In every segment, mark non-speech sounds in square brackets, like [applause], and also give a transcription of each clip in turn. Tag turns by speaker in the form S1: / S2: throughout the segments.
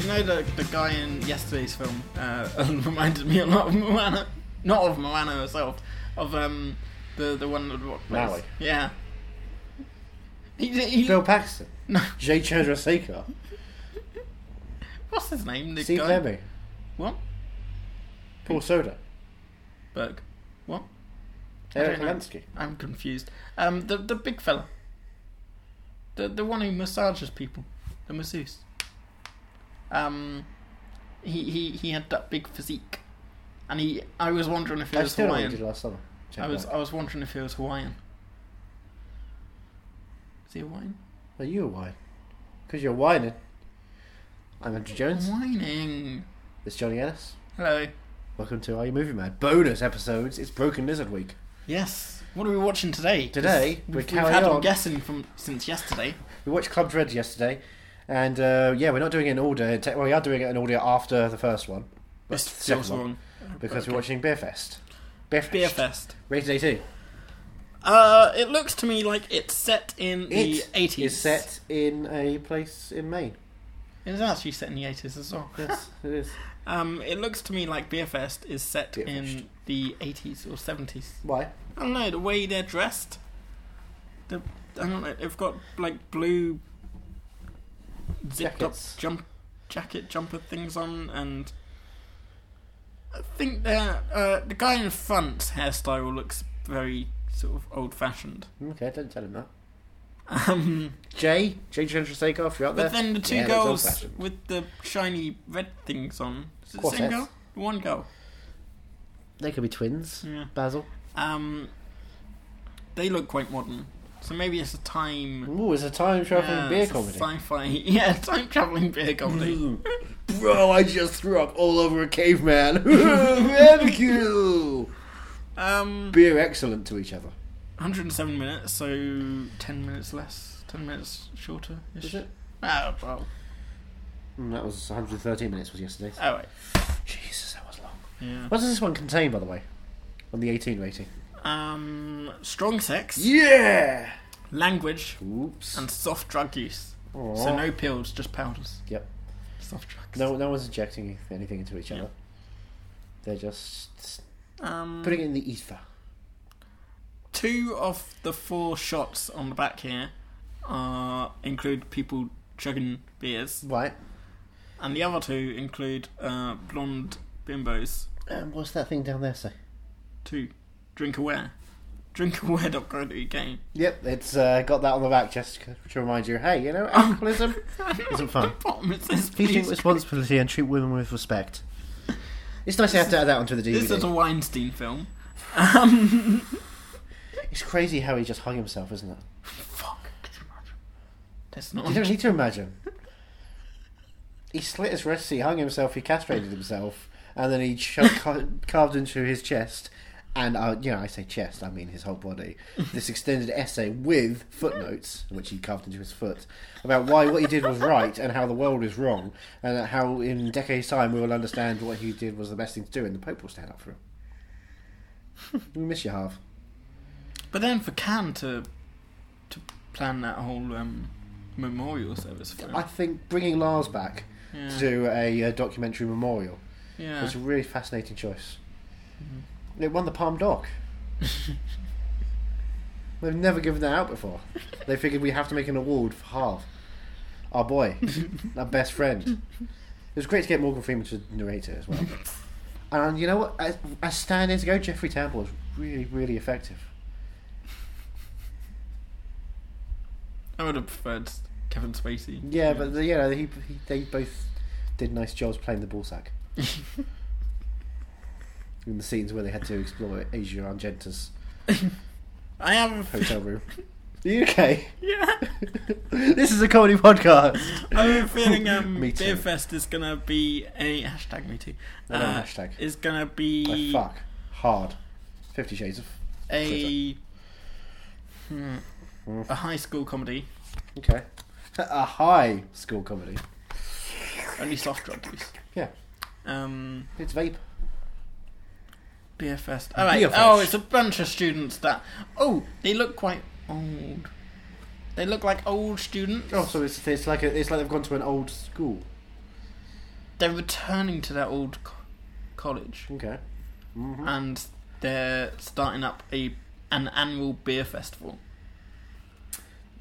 S1: You know the the guy in yesterday's film uh, [laughs] reminded me a lot of Moana, not of Moana herself, of um the the one that rock plays.
S2: Maui.
S1: Yeah. He, he,
S2: Bill Paxton.
S1: [laughs] no,
S2: Jay Chandrasekhar.
S1: what's his name? The
S2: Steve
S1: guy.
S2: Levy.
S1: What?
S2: Paul Soda.
S1: Berg. What? I
S2: Eric
S1: don't know.
S2: Lansky.
S1: I'm confused. Um, the the big fella. The the one who massages people, the masseuse. Um, he he he had that big physique, and he. I was wondering if he
S2: That's
S1: was
S2: still what we did
S1: Hawaiian.
S2: last summer. Check
S1: I was
S2: that.
S1: I was wondering if he was Hawaiian. Is he Hawaiian?
S2: Are you a wine? Because you're whining. I'm Andrew Jones.
S1: Whining.
S2: It's Johnny Ennis.
S1: Hello.
S2: Welcome to Are You Movie Mad? Bonus episodes. It's Broken Lizard Week.
S1: Yes. What are we watching today? 'Cause
S2: Today, we
S1: we've, we've
S2: carry
S1: had
S2: on.
S1: him guessing from since yesterday.
S2: We watched Club Dread yesterday, and uh, yeah, we're not doing it in order. Te- Well, we are doing it in order after the first one. but
S1: This
S2: the
S1: feels
S2: second one,
S1: wrong.
S2: Because
S1: Okay.
S2: we're watching Beer Fest. Beer Fest.
S1: Beer Fest.
S2: Rated 18.
S1: Uh, it looks to me like it's set in the
S2: It
S1: eighties.
S2: is set in a place in Maine.
S1: It's actually set in the eighties as well.
S2: Yes, it is.
S1: Um, it looks to me like Beerfest is set
S2: Beerfest.
S1: in the eighties or seventies.
S2: Why?
S1: I don't know the way they're dressed. The I don't know. They've got like blue zipped
S2: Jackets.
S1: up jump jacket jumper things on, and I think they're uh, the guy in front's hairstyle looks very sort of old fashioned.
S2: Mm, Okay, don't tell him that.
S1: Um.
S2: Jay, Jay Chandrasekhar, if you're out there.
S1: But then the two
S2: Yeah, that's
S1: girls
S2: old-fashioned.
S1: with the shiny red things on. Is it the
S2: Quartets.
S1: same girl? The One girl.
S2: They could be twins.
S1: Yeah.
S2: Basil.
S1: Um, they look quite modern. So maybe it's a time.
S2: Mm. Ooh, it's a time traveling
S1: yeah,
S2: beer
S1: it's a
S2: comedy. Mm.
S1: Sci-fi. [laughs] Yeah, time traveling beer
S2: [laughs]
S1: comedy.
S2: Bro, I just threw up all over a caveman. [laughs] Barbecue!
S1: um,
S2: Beer excellent to each other.
S1: 107 minutes, so 10 minutes less. 10 minutes shorter.
S2: Is it?
S1: Oh, well.
S2: Mm, that was 113 minutes was yesterday.
S1: Oh, wait.
S2: Jesus, that was long.
S1: Yeah.
S2: What does this one contain, by the way? On the 18 rating.
S1: Um, strong sex,
S2: Yeah!
S1: language,
S2: Oops.
S1: and soft drug use.
S2: Aw.
S1: So no pills, just powders.
S2: Oh. Yep.
S1: Soft drugs.
S2: No, no one's injecting anything into each
S1: Yeah.
S2: other. They're just
S1: Um,
S2: putting it in the ether.
S1: two of the four shots on the back here uh, include people chugging beers,
S2: Right.
S1: and the other two include uh, blonde bimbos
S2: And what's that thing down there say?
S1: to drink aware. Drinkaware.co.uk.
S2: Yep, it's uh, got that on the back just to remind you. Hey, you know, alcoholism
S1: [laughs]
S2: isn't fun.
S1: The bottom it says,
S2: Oh. [laughs] Please take
S1: please.
S2: responsibility and treat women with respect. It's nice to have to add that onto the
S1: This is a
S2: DVD.
S1: Weinstein film. Um,
S2: It's crazy how he just hung himself, isn't it?
S1: fuck. could you imagine? That's
S2: You don't
S1: not.
S2: need to imagine. He slit his wrists, he hung himself, he castrated himself, and then he sho- ca- [laughs] carved into his chest. And uh, you know, I say chest, I mean his whole body. This extended essay with footnotes, which he carved into his foot, about why what he did was right and how the world is wrong, and how in decades' time we will understand what he did was the best thing to do, and the Pope will stand up for him. we miss you, half.
S1: But then for Can to to plan that whole um, memorial service for him.
S2: I think bringing Lars back to
S1: Yeah.
S2: do a uh, documentary memorial
S1: yeah.
S2: It's a really fascinating choice. It won the Palm Doc. They've never given that out before. They figured we have to make an award for Harv, our boy, our best friend. It was great to get Morgan Freeman to narrate it as well. And you know what? As, as Stan is go, Jeffrey Tambor was really, really effective.
S1: I would have preferred Kevin Spacey.
S2: Yeah, but the, you know, he, he, they both did nice jobs playing the ballsack. In the scenes where they had to explore Asia Argenta's
S1: I have.
S2: hotel [laughs] room. the UK.
S1: [laughs] Yeah.
S2: [laughs] this is a comedy podcast.
S1: I have a feeling um,
S2: [laughs] Me too.
S1: Beerfest is gonna be a hashtag me too. Uh,
S2: No, no, hashtag.
S1: Is gonna
S2: I
S1: be
S2: fuck hard. Fifty Shades of.
S1: a hmm, a high school comedy,
S2: Okay. [laughs] A high school comedy.
S1: only soft drug use.
S2: Yeah,
S1: Um,
S2: it's vape.
S1: Beerfest. All right.
S2: Beerfest.
S1: Oh, it's a bunch of students that. Oh, they look quite old. They look like old students.
S2: Oh, so it's it's like a, it's like they've gone to an old school.
S1: they're returning to their old co- college
S2: Okay. Mm-hmm.
S1: and they're starting up a an annual beer festival.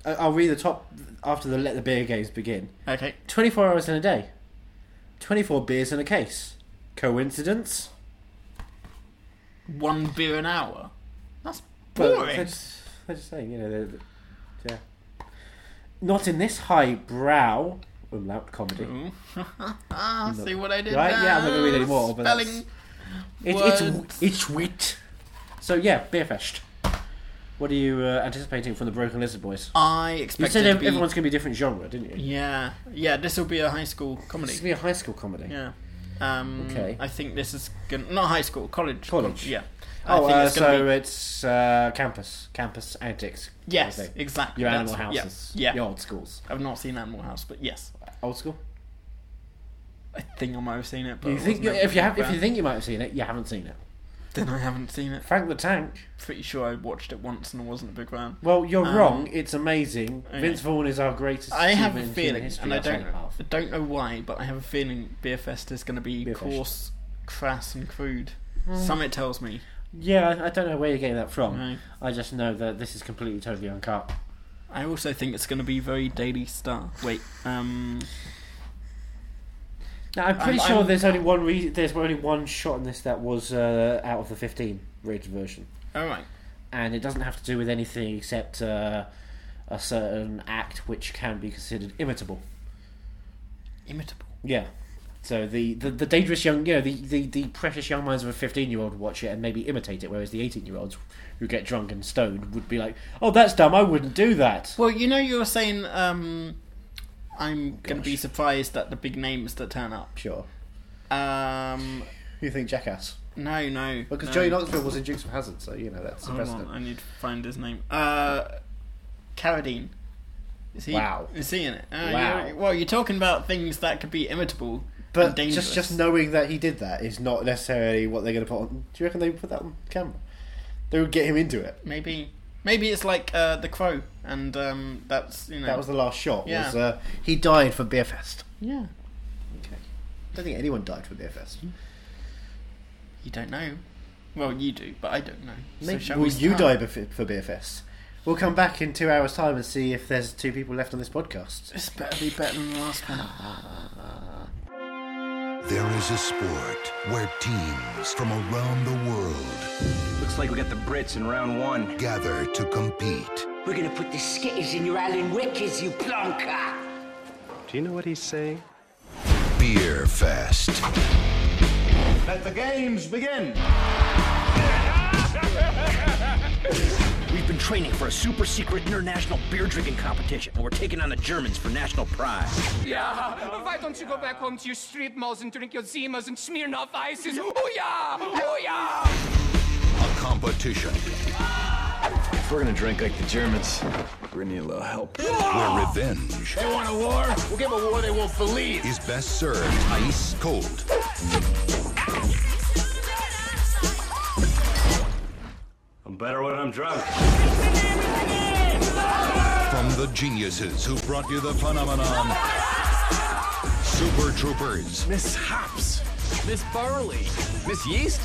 S2: I- I'll read the top after the let the beer games begin.
S1: Okay,
S2: 24 hours in a day. 24 beers in a case. Coincidence?
S1: one beer an hour. That's
S2: But
S1: boring.
S2: I'm just, I'm just saying, you know, they're, they're- yeah. Not in this highbrow umlaut comedy.
S1: Ooh. Ah, See what I did
S2: Right?
S1: there?
S2: Yeah, I'm not gonna read any more, but that's-
S1: Spelling.
S2: It, it's w-
S1: Words.
S2: it's wit. So yeah, Beerfest. What are you uh, anticipating from the Broken Lizard Boys?
S1: I
S2: You
S1: expected
S2: said
S1: to
S2: ev-
S1: be.
S2: everyone's going to be different genre, didn't you?
S1: Yeah, yeah. This will be a high school
S2: This
S1: comedy.
S2: will be a high school comedy.
S1: Yeah. Um,
S2: Okay.
S1: I think this is gonna, not high school, college.
S2: College.
S1: Yeah.
S2: Oh,
S1: I think
S2: uh,
S1: it's gonna
S2: so
S1: be,
S2: it's uh, campus, campus antics. kind of
S1: yes,
S2: thing.
S1: exactly.
S2: Your
S1: that's
S2: animal
S1: it. Yeah,
S2: houses.
S1: Yeah.
S2: Your old schools.
S1: I've not seen Animal House, but yes,
S2: Old school.
S1: I think I might have seen it. But
S2: You
S1: I
S2: think
S1: wasn't
S2: if you have,
S1: able
S2: if
S1: to
S2: you think you might have seen it, you haven't seen it.
S1: then I haven't seen it.
S2: Frank the Tank.
S1: Pretty sure I watched it once and I wasn't a big fan.
S2: Well, you're
S1: Um,
S2: wrong. It's amazing.
S1: okay.
S2: Vince Vaughn is our greatest.
S1: I have a
S2: achievement in human
S1: feeling,
S2: history,
S1: and I
S2: our
S1: don't,
S2: second half.
S1: I don't know why, but I have a feeling Beer Fest is going to be
S2: Beer Fest.
S1: coarse, crass, and crude.
S2: Hmm. Mm.
S1: Something tells me.
S2: Yeah, I- I don't know where you're getting that from.
S1: No.
S2: I just know that this is completely totally uncut.
S1: I also think it's going to be very Daily Star. Wait, um,
S2: Now I'm pretty
S1: I'm-
S2: sure
S1: I'm-
S2: there's only one re- there's only one shot in this that was uh, out of the 15 rated version,
S1: all right,
S2: and it doesn't have to do with anything except uh, a certain act which can be considered imitable.
S1: imitable.
S2: Yeah. So the, the, the dangerous young, you know, the, the, the precious young minds of a 15 year old watch it and maybe imitate it, whereas the 18 year olds who get drunk and stoned would be like, oh, that's dumb, I wouldn't do that.
S1: Well, you know, you were saying um, I'm going to be
S2: Gosh.
S1: surprised at the big names that turn up.
S2: Sure.
S1: Um,
S2: You think jackass?
S1: no, no,
S2: Because
S1: no. Oh,
S2: Joey Knoxville was in Dukes of Hazard, so, you know, that's the
S1: Hold on,
S2: precedent.
S1: I need to find his name. Uh, Carradine. Is he?
S2: Wow.
S1: Is he in it? Uh,
S2: Wow.
S1: you're- well, you're talking about things that could be imitable, and
S2: But
S1: dangerous.
S2: just, just knowing that he did that is not necessarily what they're going to put on. Do you reckon they would put that on camera? They would get him into it.
S1: maybe maybe it's like uh, the crow, and um, that's you know
S2: That was the last shot.
S1: Yeah.
S2: Was, uh, he died for Beer Fest.
S1: yeah.
S2: Okay. I don't think anyone died for Beer Fest.
S1: You don't know. Well, you do, but I don't know. So
S2: Maybe
S1: shall
S2: will
S1: we
S2: you
S1: start?
S2: die bef- for beer fest? We'll come back in two hours' time and see if there's two people left on this podcast.
S1: This better be better than the last one.
S3: There is a sport where teams from around the world
S4: Looks like we got the Brits in round one.
S3: gather to compete.
S5: We're gonna put the skitters in your Alan Wickers, you plonker!
S6: Do you know what he's saying?
S3: Beer Fest.
S7: Let the games begin.
S4: We've been training for a super secret international beer drinking competition, and we're taking on the Germans for national prize.
S8: Yeah, why don't you go back home to your strip malls and drink your Zimas and Smirnoff ices? Oh yeah, oh yeah!
S3: A competition
S6: If we're gonna drink like the Germans, we're gonna need a little help.
S3: where revenge
S7: They want a war? We'll give a war they won't believe.
S3: is best served ice cold.
S6: I'm better when I'm drunk.
S3: From the geniuses who brought you the phenomenon Super Troopers,
S6: Miss Hops, Miss Barley, Miss Yeast.
S9: I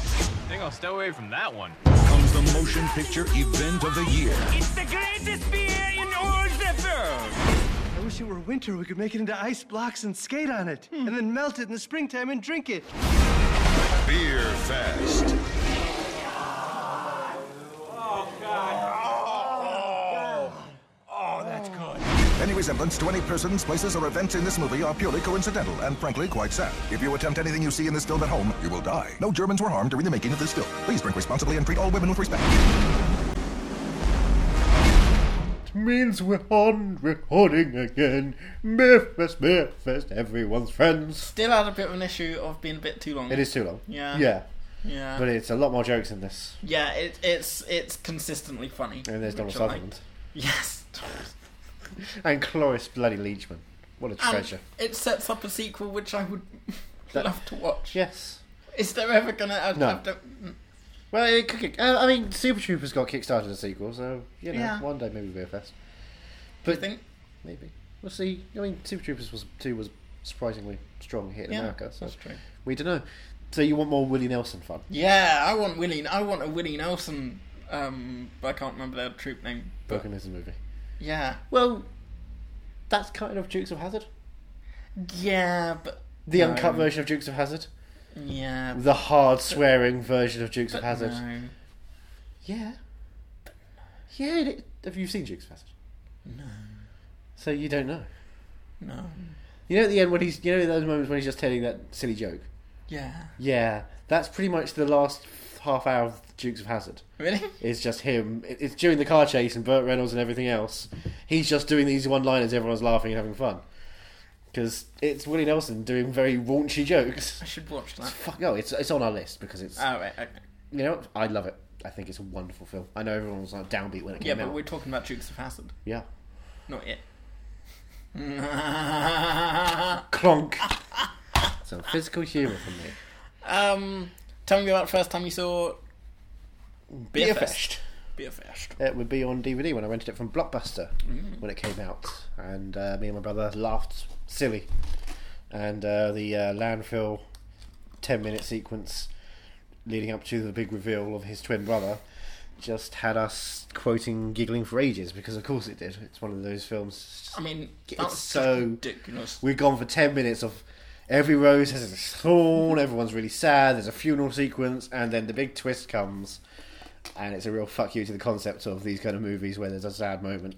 S9: think I'll stay away from that one.
S3: comes the motion picture event of the year.
S8: It's the greatest beer in all the world.
S6: I wish it were winter. We could make it into ice blocks and skate on it, and then melt it in the springtime and drink it.
S3: Beer Fest.
S7: Any resemblance to any persons, places, or events in this movie are purely coincidental and frankly quite sad. If you attempt anything you see in this film at home, you will die. No Germans were harmed during the making of this film. Please drink responsibly and treat all women with respect.
S2: means we're on recording again. Beer Fest, Beer Fest, everyone's friends.
S1: Still had a bit of an issue of being a bit too long.
S2: It is too long.
S1: Yeah.
S2: Yeah.
S1: Yeah.
S2: But it's a lot more jokes than this.
S1: Yeah, it, it's it's consistently funny.
S2: And there's Donald
S1: which I like.
S2: Sutherland.
S1: Yes.
S2: And Cloris Bloody Leachman. What a
S1: And
S2: treasure.
S1: it sets up a sequel which I would [laughs]
S2: That-
S1: love to watch.
S2: Yes.
S1: Is there ever gonna have,
S2: No.
S1: have to?
S2: Well, it could get, uh, I mean, Super Troopers got kickstarted a sequel, so, you know,
S1: Yeah.
S2: one day maybe Beer Fest.
S1: Do you think?
S2: Maybe. We'll see. I mean, Super Troopers was, 2 was surprisingly strong here in
S1: Yeah,
S2: America. So
S1: that's true.
S2: We don't know. So you want more Willie Nelson fun?
S1: Yeah, I want Willie. I want a Willie Nelson. Um, but I can't remember their troop name. But
S2: Broken is a movie.
S1: yeah,
S2: Well, that's kind of Dukes of Hazard.
S1: yeah, but
S2: The
S1: No.
S2: uncut version of Dukes of Hazard.
S1: yeah,
S2: The hard swearing version of Dukes of
S1: but
S2: Hazard.
S1: no,
S2: Yeah. Yeah. It, have you seen Dukes of Hazard? No. So you don't know.
S1: no,
S2: You know at the end when he's you know those moments when he's just telling that silly joke.
S1: yeah,
S2: Yeah, that's pretty much the last half hour of Dukes of Hazard.
S1: really?
S2: It's just him. it- It's during the car chase and Burt Reynolds and everything else. He's just doing these one-liners. Everyone's laughing and having fun because it's Willie Nelson doing very raunchy jokes. [laughs]
S1: I should watch that.
S2: Fuck no, it's it's on our list because it's
S1: Oh, right, okay.
S2: you know I love it. I think it's a wonderful film. I know everyone was like downbeat when it
S1: Yeah,
S2: came
S1: but
S2: out.
S1: we're talking about Dukes of Hazard,
S2: Yeah,
S1: not it.
S2: clonk. [laughs] Some physical humour from me.
S1: um, tell me about the first time you saw
S2: Beerfest.
S1: Beerfest.
S2: It would be on DVD when I rented it from Blockbuster when it came out, and uh, me and my brother laughed silly. And uh, the uh, landfill ten-minute sequence leading up to the big reveal of his twin brother just had us quoting, giggling for ages because, of course, it did. It's one of those films.
S1: I mean,
S2: It's
S1: that's
S2: so-
S1: ridiculous.
S2: We've gone for ten minutes of every rose has a thorn. Everyone's really sad. There's a funeral sequence, and then the big twist comes, and it's a real fuck you to the concept of these kind of movies where there's a sad moment.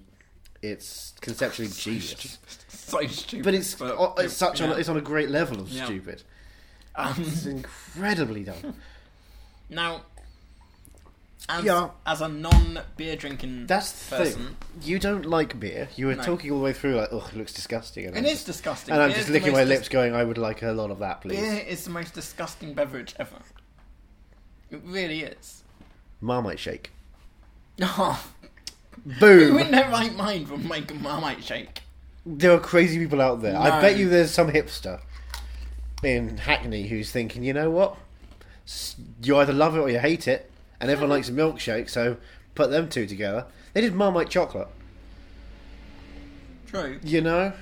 S2: It's conceptually genius,
S1: So stupid.
S2: but it's o- it's such on
S1: uh, yeah.
S2: a, it's on a great level of
S1: Yeah. Um,
S2: stupid. it's
S1: [laughs]
S2: incredibly done.
S1: Now, as,
S2: Yeah.
S1: as a non beer drinking
S2: That's the
S1: person,
S2: thing. You don't like beer. You were
S1: No.
S2: talking all the way through like, "Ugh, it looks disgusting." And
S1: It
S2: I'm
S1: is
S2: just-
S1: disgusting.
S2: And I'm
S1: Beer is
S2: just
S1: the
S2: licking my
S1: most
S2: lips,
S1: dis-
S2: going, "I would like a lot of that, please."
S1: beer is the most disgusting beverage ever. It really is. [laughs]
S2: Marmite shake.
S1: Oh, [laughs] who in
S2: Boom.
S1: their right mind would make a marmite shake?
S2: there are crazy people out there. I
S1: No.
S2: bet you there's some hipster in Hackney who's thinking, you know what? S- You either love it or you hate it, and everyone likes a milkshake, so put them two together. They did Marmite chocolate,
S1: True.
S2: you know?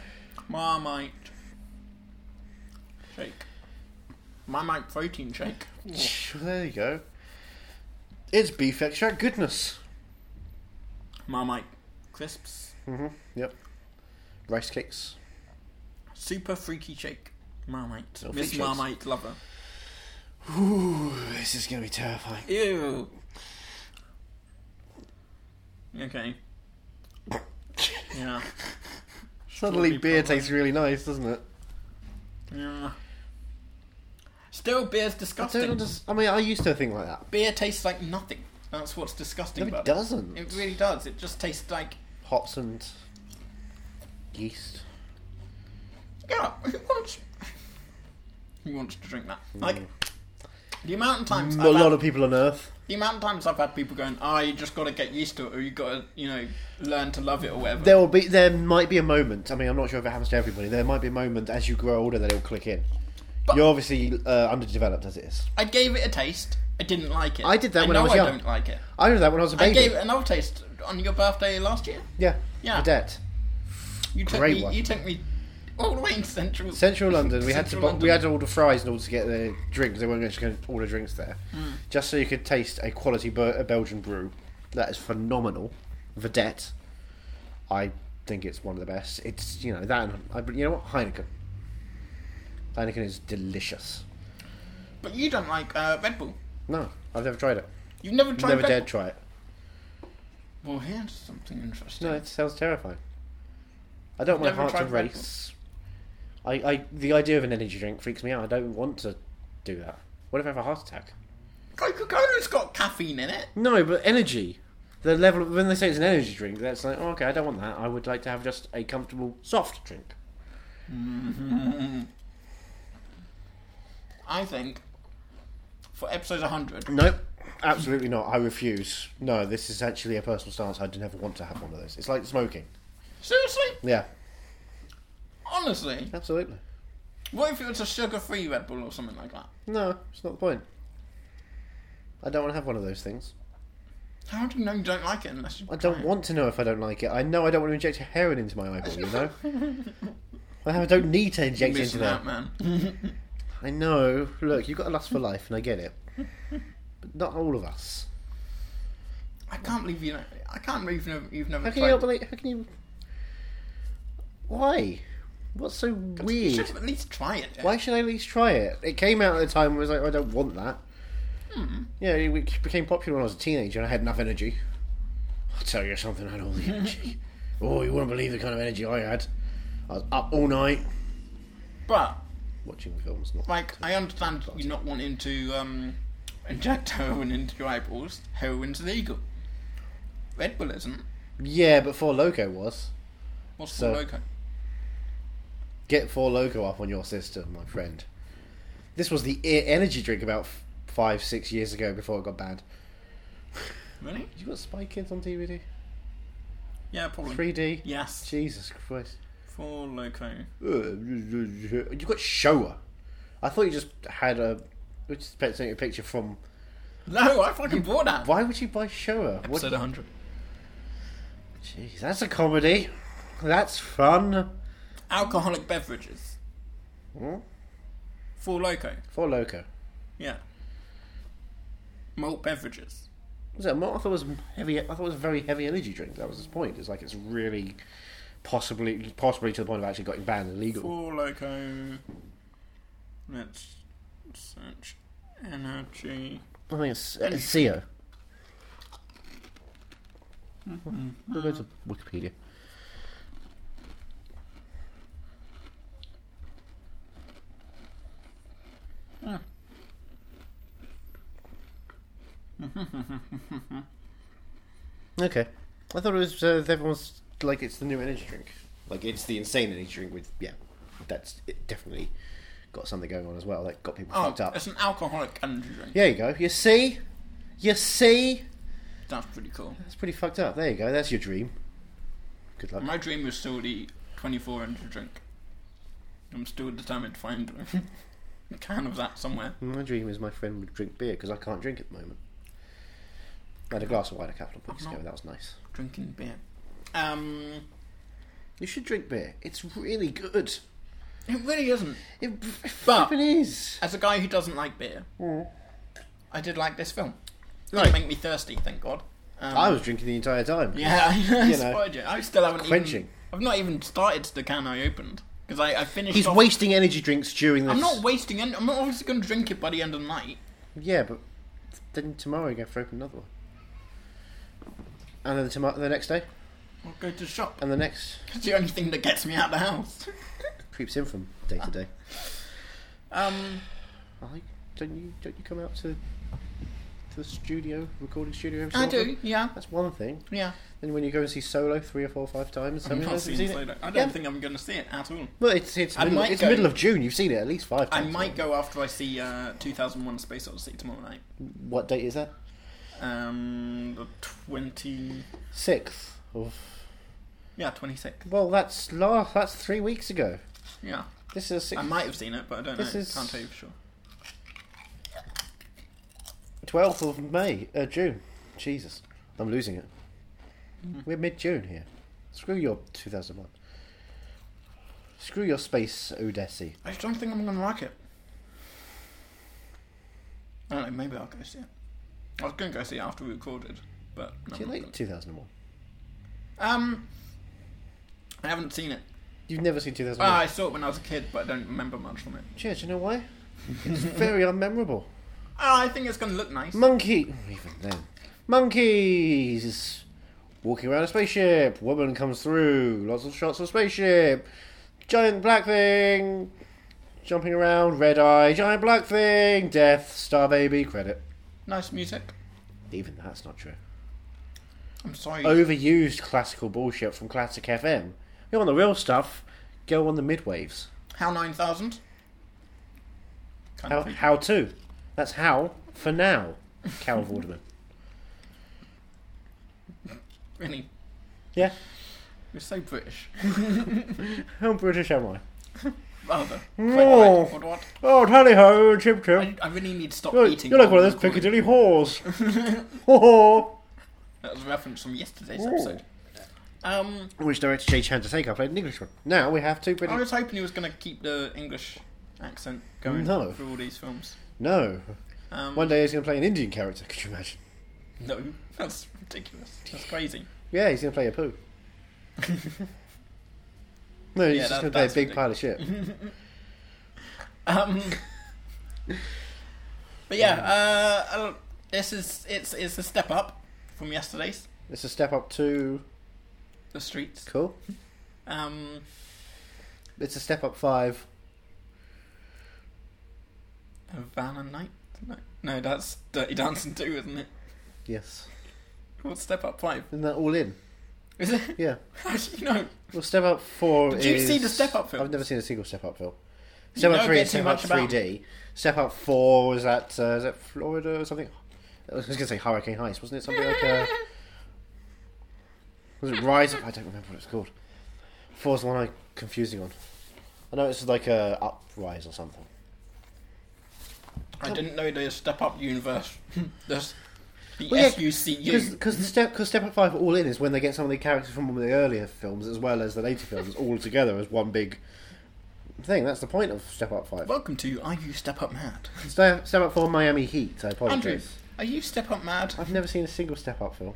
S1: Marmite shake. Marmite protein shake.
S2: Sure, There you go. It's beef extract goodness.
S1: Marmite crisps.
S2: Yep. Rice cakes.
S1: Super freaky shake. Marmite.
S2: Little
S1: Miss
S2: freak shakes.
S1: Marmite lover.
S2: Ooh, this is going to be terrifying.
S1: Ew. Okay. Yeah.
S2: Suddenly
S1: be
S2: beer
S1: problem.
S2: tastes really nice, doesn't it?
S1: Yeah. Still, beer's
S2: I, don't
S1: disgusting.
S2: unders- I mean, I used to think like that.
S1: Beer tastes like nothing. That's what's disgusting
S2: No, it
S1: about
S2: doesn't.
S1: it. It really does. It just tastes like.
S2: Hops and yeast.
S1: Yeah, who wants. Who wants to drink that? Like. The amount of times
S2: Mm. A
S1: I've
S2: lot
S1: had,
S2: of people on Earth.
S1: the amount of times I've had people going, "Oh, you just got to get used to it, or you got to, you know, learn to love it, or whatever."
S2: There will be, there might be a moment. I mean, I'm not sure if it happens to everybody. There might be a moment as you grow older that it'll click in. You're obviously uh, underdeveloped as it is.
S1: I gave it a taste. I didn't like it.
S2: I did that when I
S1: know
S2: was
S1: I
S2: young.
S1: don't like it.
S2: I knew that when I was a
S1: I
S2: baby.
S1: gave it another taste on your birthday last year.
S2: yeah,
S1: Yeah.
S2: Vedette.
S1: You took
S2: Great
S1: me.
S2: one.
S1: You took me all the way into central
S2: Central London. We had to
S1: Central
S2: bo-
S1: London.
S2: we had to order fries in order to get the drinks. They weren't just going to order drinks there,
S1: Hmm.
S2: just so you could taste a quality Ber- a Belgian brew. That is phenomenal. Vedette. I think it's one of the best. It's you know that. And I, but you know what Heineken. Heineken is delicious.
S1: But you don't like uh, Red Bull.
S2: No, I've never tried it.
S1: You've never tried
S2: never
S1: Red
S2: dared try it.
S1: Bull. Well, here's something interesting.
S2: No, it sounds terrifying. I don't want
S1: Never
S2: my heart to
S1: tried Red Bull.
S2: race. I, I, the idea of an energy drink freaks me out. I don't want to do that. What if I have a heart attack?
S1: Coca Cola's got caffeine in it.
S2: No, but energy. The level of, when they say it's an energy drink, that's like oh, okay. I don't want that. I would like to have just a comfortable soft drink.
S1: I think for episode 100,
S2: Nope, absolutely not. I refuse. No, this is actually a personal stance. I'd never want to have one of those. It's like smoking.
S1: seriously,
S2: Yeah,
S1: honestly,
S2: absolutely.
S1: what if it was a sugar-free Red Bull or something like that?
S2: No, it's not the point. I don't want to have one of those things.
S1: How do you know you don't like it unless you?
S2: I don't want to know if I don't like it. I know I don't want to inject heroin into my eyeball, you know? I don't need to inject into
S1: Missing
S2: that.
S1: out, man.
S2: I know. Look, you've got a lust for life, and I get it. But not all of us.
S1: I can't believe you. Know, I can't believe you've never, you've never
S2: How can you
S1: tried.
S2: not believe? How can you? Why? What's so
S1: you should
S2: weird?
S1: have at least try it. Jack.
S2: Why should I at least try it? It came out at a time where I was like, "Oh, I don't want that. Yeah, it bec- became popular when I was a teenager and I had enough energy. I'll tell you something, I had all the energy. oh, you wouldn't believe the kind of energy I had. I was up all night
S1: But
S2: watching films. Not
S1: like, I understand you not wanting to um, inject [laughs] heroin into your eyeballs. Heroin's legal. Red Bull isn't.
S2: Yeah, but Four Loco was.
S1: What's
S2: So-
S1: so, loco?
S2: Get Four Loco up on your system, my friend. This was the e- energy drink about f- five, six years ago before it got banned.
S1: Really?
S2: You got Spy Kids on DVD?
S1: Yeah, probably.
S2: 3D?
S1: Yes.
S2: Jesus Christ.
S1: Four loco.
S2: You got Showa. I thought you just had a. We just sent you a picture from.
S1: No, I fucking bought that.
S2: Why would you buy Showa? What?
S1: Episode 100.
S2: Jeez, that's a comedy. That's fun.
S1: Alcoholic beverages.
S2: Hmm?
S1: Four loco.
S2: For Loco.
S1: Yeah. Malt beverages.
S2: Was it? a malt? I thought it was heavy. I thought it was a very heavy energy drink. That was his point. It's like it's really possibly, possibly to the point of actually getting banned and illegal.
S1: Four loco. Let's search energy.
S2: I uh, think it's it's SEO.
S1: Mm-hmm.
S2: We'll go to Wikipedia.
S1: Mm. [laughs]
S2: okay, I thought it was uh, everyone's like it's the new energy drink, like it's the insane energy drink with yeah, that's it definitely got something going on as well that got people
S1: Oh,
S2: fucked up.
S1: it's an alcoholic energy drink.
S2: There you go. You see? You see?
S1: That's pretty cool.
S2: That's pretty fucked up. There you go. That's your dream. Good luck.
S1: My dream was still the 24 energy drink. I'm still determined to find [laughs] a can of that somewhere.
S2: My dream is my friend would drink beer because I can't drink at the moment. I had a glass of wine a couple of weeks ago. That was nice.
S1: Drinking beer. Um,
S2: You should drink beer. It's really good.
S1: it really isn't.
S2: It, it
S1: But-
S2: flippin' is.
S1: As a guy who doesn't like beer, I did like this film. It
S2: Mm. Right.
S1: didn't make me thirsty, thank God. Um,
S2: I was drinking the entire time.
S1: Yeah, [laughs] I
S2: You know,
S1: spoiled you. I still haven't
S2: quenching.
S1: even. I've not even started the can I opened because I, I finished.
S2: He's
S1: off-
S2: wasting energy drinks during this.
S1: I'm not wasting it. I'm not obviously going to drink it by the end of the night.
S2: Yeah, but then tomorrow you have to open another one. And then tomorrow, the next day,
S1: I'll go to the shop.
S2: and the next
S1: It's the only thing that gets me out of the
S2: [laughs]
S1: house.
S2: creeps in from day
S1: Uh.
S2: to day.
S1: Um,
S2: I don't you don't you come out to to the studio recording studio? every so
S1: I
S2: often?
S1: do. Yeah,
S2: That's one thing.
S1: yeah.
S2: Then when you go and see Solo three or four or five times, how
S1: I'm
S2: many
S1: not
S2: times have
S1: seeing
S2: you seen
S1: Solo.
S2: it?
S1: I don't
S2: Yeah.
S1: think I'm going to see it at all.
S2: Well, it's it's
S1: I
S2: middle,
S1: might
S2: it's
S1: go-
S2: middle of June. You've seen it at least five.
S1: I
S2: times.
S1: might go after I see uh, 2001: Space Odyssey tomorrow night.
S2: What date is that?
S1: Um, the twenty.
S2: Sixth of.
S1: Yeah, twenty sixth.
S2: Well, that's last. That's three weeks ago.
S1: Yeah,
S2: This is
S1: I
S2: six.
S1: might have seen it, but I don't
S2: This
S1: know.
S2: is-
S1: Can't tell you for sure.
S2: Twelfth of May, uh, June. Jesus, I'm losing it.
S1: Mm-hmm.
S2: We're mid-June here. Screw your 2001. Screw your space Odyssey.
S1: I just don't think I'm gonna like it. I don't know, maybe I'll go see it. I was gonna go see it after we recorded, but no,
S2: Too
S1: I'm not
S2: late. 2001.
S1: gonna. Um I haven't seen it.
S2: You've never seen
S1: Uh,
S2: 2001.
S1: I saw it when I was a kid, but I don't remember much from it.
S2: Yeah, do you know why? It's very unmemorable.
S1: Ah, I think it's gonna look nice.
S2: Monkey. Even then. Monkeys! Walking around a spaceship. Woman comes through. Lots of shots of spaceship. Giant black thing. Jumping around. Red eye. Giant black thing. Death. Star baby. Credit.
S1: Nice music.
S2: Even that's not true.
S1: I'm sorry.
S2: Oh. Overused classical bullshit from Classic FM. You want the real stuff? Go on the midwaves.
S1: How nine thousand? Kind
S2: How,
S1: of
S2: how to? That's how for now. Carol Vorderman.
S1: really.
S2: Yeah.
S1: You're so
S2: [laughs]
S1: British.
S2: How British am I?
S1: Rather.
S2: No.
S1: Wait, wait, what, what?
S2: Oh, tally ho, chip
S1: I,
S2: chip.
S1: I really need to stop
S2: You're,
S1: eating.
S2: you're like
S1: while
S2: one of those
S1: we're recording.
S2: Piccadilly whores. Ho, ho.
S1: [laughs] That was a reference from yesterday's episode. Um,
S2: [laughs] which director Jay Chan to take. I played an English one. Now we have two
S1: I
S2: British.
S1: was hoping he was going to keep the English accent going
S2: No.
S1: for all these films.
S2: No.
S1: Um,
S2: One day he's going to play an Indian character. Could you imagine?
S1: No, [laughs] that's ridiculous. That's crazy.
S2: Yeah, he's going to play
S1: [laughs]
S2: a poo. no, he's
S1: Yeah, that-
S2: just going to play a
S1: that's
S2: big pile of shit.
S1: [laughs] Um, but yeah, uh, I don't- this is it's it's a step up from yesterday's
S2: it's a step up to
S1: The Streets.
S2: cool.
S1: Um,
S2: It's a step up five.
S1: Havana Night. No, no, that's Dirty Dancing 2, isn't it?
S2: Yes.
S1: What's Step Up 5?
S2: Isn't that all in?
S1: Is it?
S2: Yeah.
S1: [laughs] How do you know?
S2: Well, Step Up Four.
S1: Did you
S2: is-
S1: see the Step Up film?
S2: I've never seen a single Step Up film. Step Up
S1: don't
S2: Three
S1: get
S2: is
S1: too
S2: Step Up
S1: much about
S2: Three D. Step Up Four was that uh, is that Florida or something? I was going to say Hurricane Heist, wasn't it? Something like uh,
S1: [laughs]
S2: was it Rise? Of, I don't remember what it's called. Four's the one I'm confusing on. I know it's like a uprise or something.
S1: I didn't know the Step Up universe. [laughs] There's the
S2: Well, yeah,
S1: SUCU.
S2: Because step because step up five all in is when they get some of the characters from all the earlier films as well as the later films all together as one big thing. That's the point of step up five.
S1: Welcome to Are You Step Up Mad?
S2: Step, step up for Miami Heat. I apologize.
S1: Andrew, are you Step Up Mad?
S2: I've never seen a single step up film.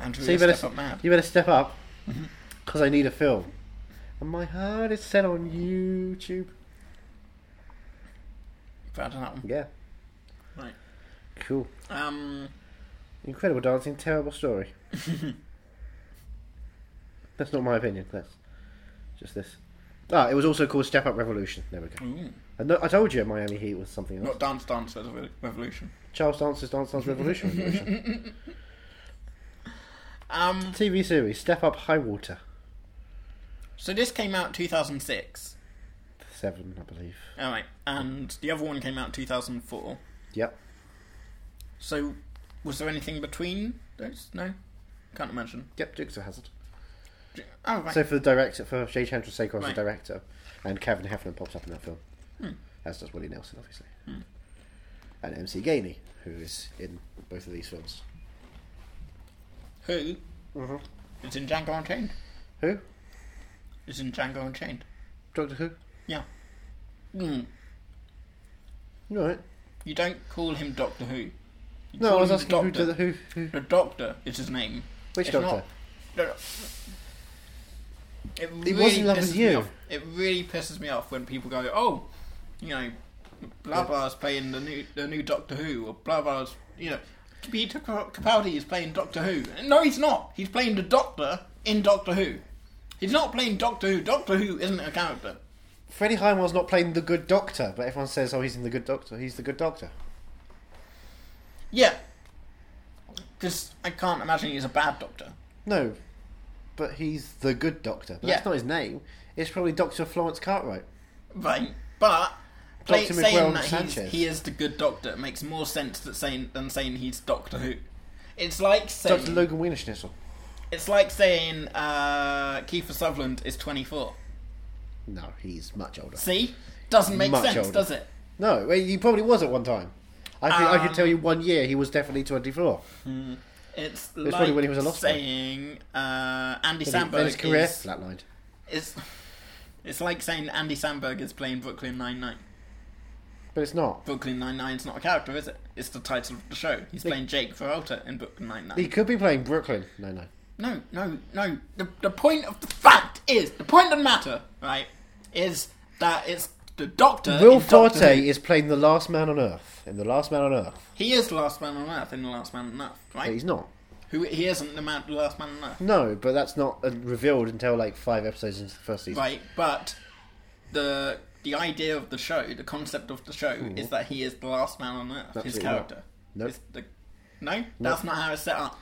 S1: Andrew, you
S2: So you better
S1: Step Up Mad. Mm-hmm.
S2: you better step up because I need a film. And my heart is set on YouTube.
S1: Bad on that one.
S2: Yeah,
S1: Right.
S2: cool.
S1: Um,
S2: Incredible dancing,
S1: [laughs]
S2: terrible story. That's not my opinion. That's just this. Ah, it was also called Step Up Revolution. There we go. I, know, I told you Miami Heat was something else.
S1: Mm. not Dance Dance Revo- Revolution.
S2: Charles Dance's Dance Dance Revolution. Revolution.
S1: [laughs] Um,
S2: TV series Step Up High Water.
S1: so this came out in 2006.
S2: Seven, I believe.
S1: Alright, and the other one came out in 2004.
S2: Yep.
S1: So, was there anything between those? No? Can't imagine.
S2: Yep, Jigsaw Hazard.
S1: Oh, right.
S2: So for the director, for Jay Chandra Sekhar as
S1: Right.
S2: the director, and Kevin Heffernan pops up in that film, Hmm. as does Willie Nelson, obviously, and MC Gainey, who is in both of these films.
S1: Who?
S2: Mm-hmm.
S1: It's in Django Unchained.
S2: Who?
S1: It's in Django Unchained.
S2: Doctor Who?
S1: Yeah. Mm.
S2: All right.
S1: You don't call him Doctor Who. You
S2: No,
S1: call
S2: I was
S1: him
S2: asking who, did, who, who.
S1: The Doctor is his name.
S2: Which
S1: It's
S2: Doctor?
S1: Not, no, no. It really
S2: He was in love with
S1: pisses me
S2: you.
S1: off. It really pisses me off when people go, "Oh, you know, blah blah's playing the new the new Doctor Who," or blah blah's, you know, Peter Cap- Capaldi is playing Doctor Who. No, he's not. He's playing the Doctor in Doctor Who. He's not playing Doctor Who. Doctor Who isn't a character.
S2: Freddie Highmore's not playing the Good Doctor, but everyone says, "Oh, he's in the Good Doctor. He's the Good Doctor."
S1: Yeah, because I can't imagine he's a bad Doctor.
S2: No, but he's the Good Doctor. But
S1: Yeah.
S2: That's not his name. It's probably Doctor Florence Cartwright.
S1: Right, but play,
S2: Dr.
S1: saying
S2: Miguel
S1: that he's,
S2: Sanchez.
S1: he is the good doctor makes more sense that saying, than saying he's Doctor Who. It's like saying
S2: Doctor Logan Wienerschnitzel.
S1: it's like saying uh, Kiefer Sutherland is 24.
S2: No, he's much older.
S1: See, doesn't make
S2: Much
S1: sense,
S2: older.
S1: does it?
S2: No, well, he probably was at one time. I think I could
S1: Um,
S2: tell you one year he was definitely 24.
S1: It's
S2: was
S1: like
S2: probably when he was a lost boy.
S1: saying uh, Andy
S2: Then he- then
S1: Samberg
S2: his career
S1: is,
S2: flatlined.
S1: is. It's like saying Andy Samberg is playing Brooklyn Nine Nine.
S2: But it's not.
S1: Brooklyn Nine Nine's not a character, is it? It's the title of the show. He's playing Jake Peralta in Brooklyn Nine Nine.
S2: He could be playing Brooklyn. No, no.
S1: No, no, no. The, the point of the fact is, the point of the matter, right, is that it's the Doctor.
S2: Will
S1: Uh, in Doctor
S2: Forte
S1: Who.
S2: is playing the last man on Earth. In the last man on Earth.
S1: He is the last man on Earth in The Last Man on Earth, right?
S2: But he's not.
S1: Who He isn't the, man, the last man on Earth,
S2: No, but that's not uh, revealed until like five episodes into the first season.
S1: right? But the the idea of the show, the concept of the show, is that he is the last man on Earth, his
S2: Hmm. Absolutely not.
S1: character.
S2: Nope.
S1: It's the- no, that's not how it's set up.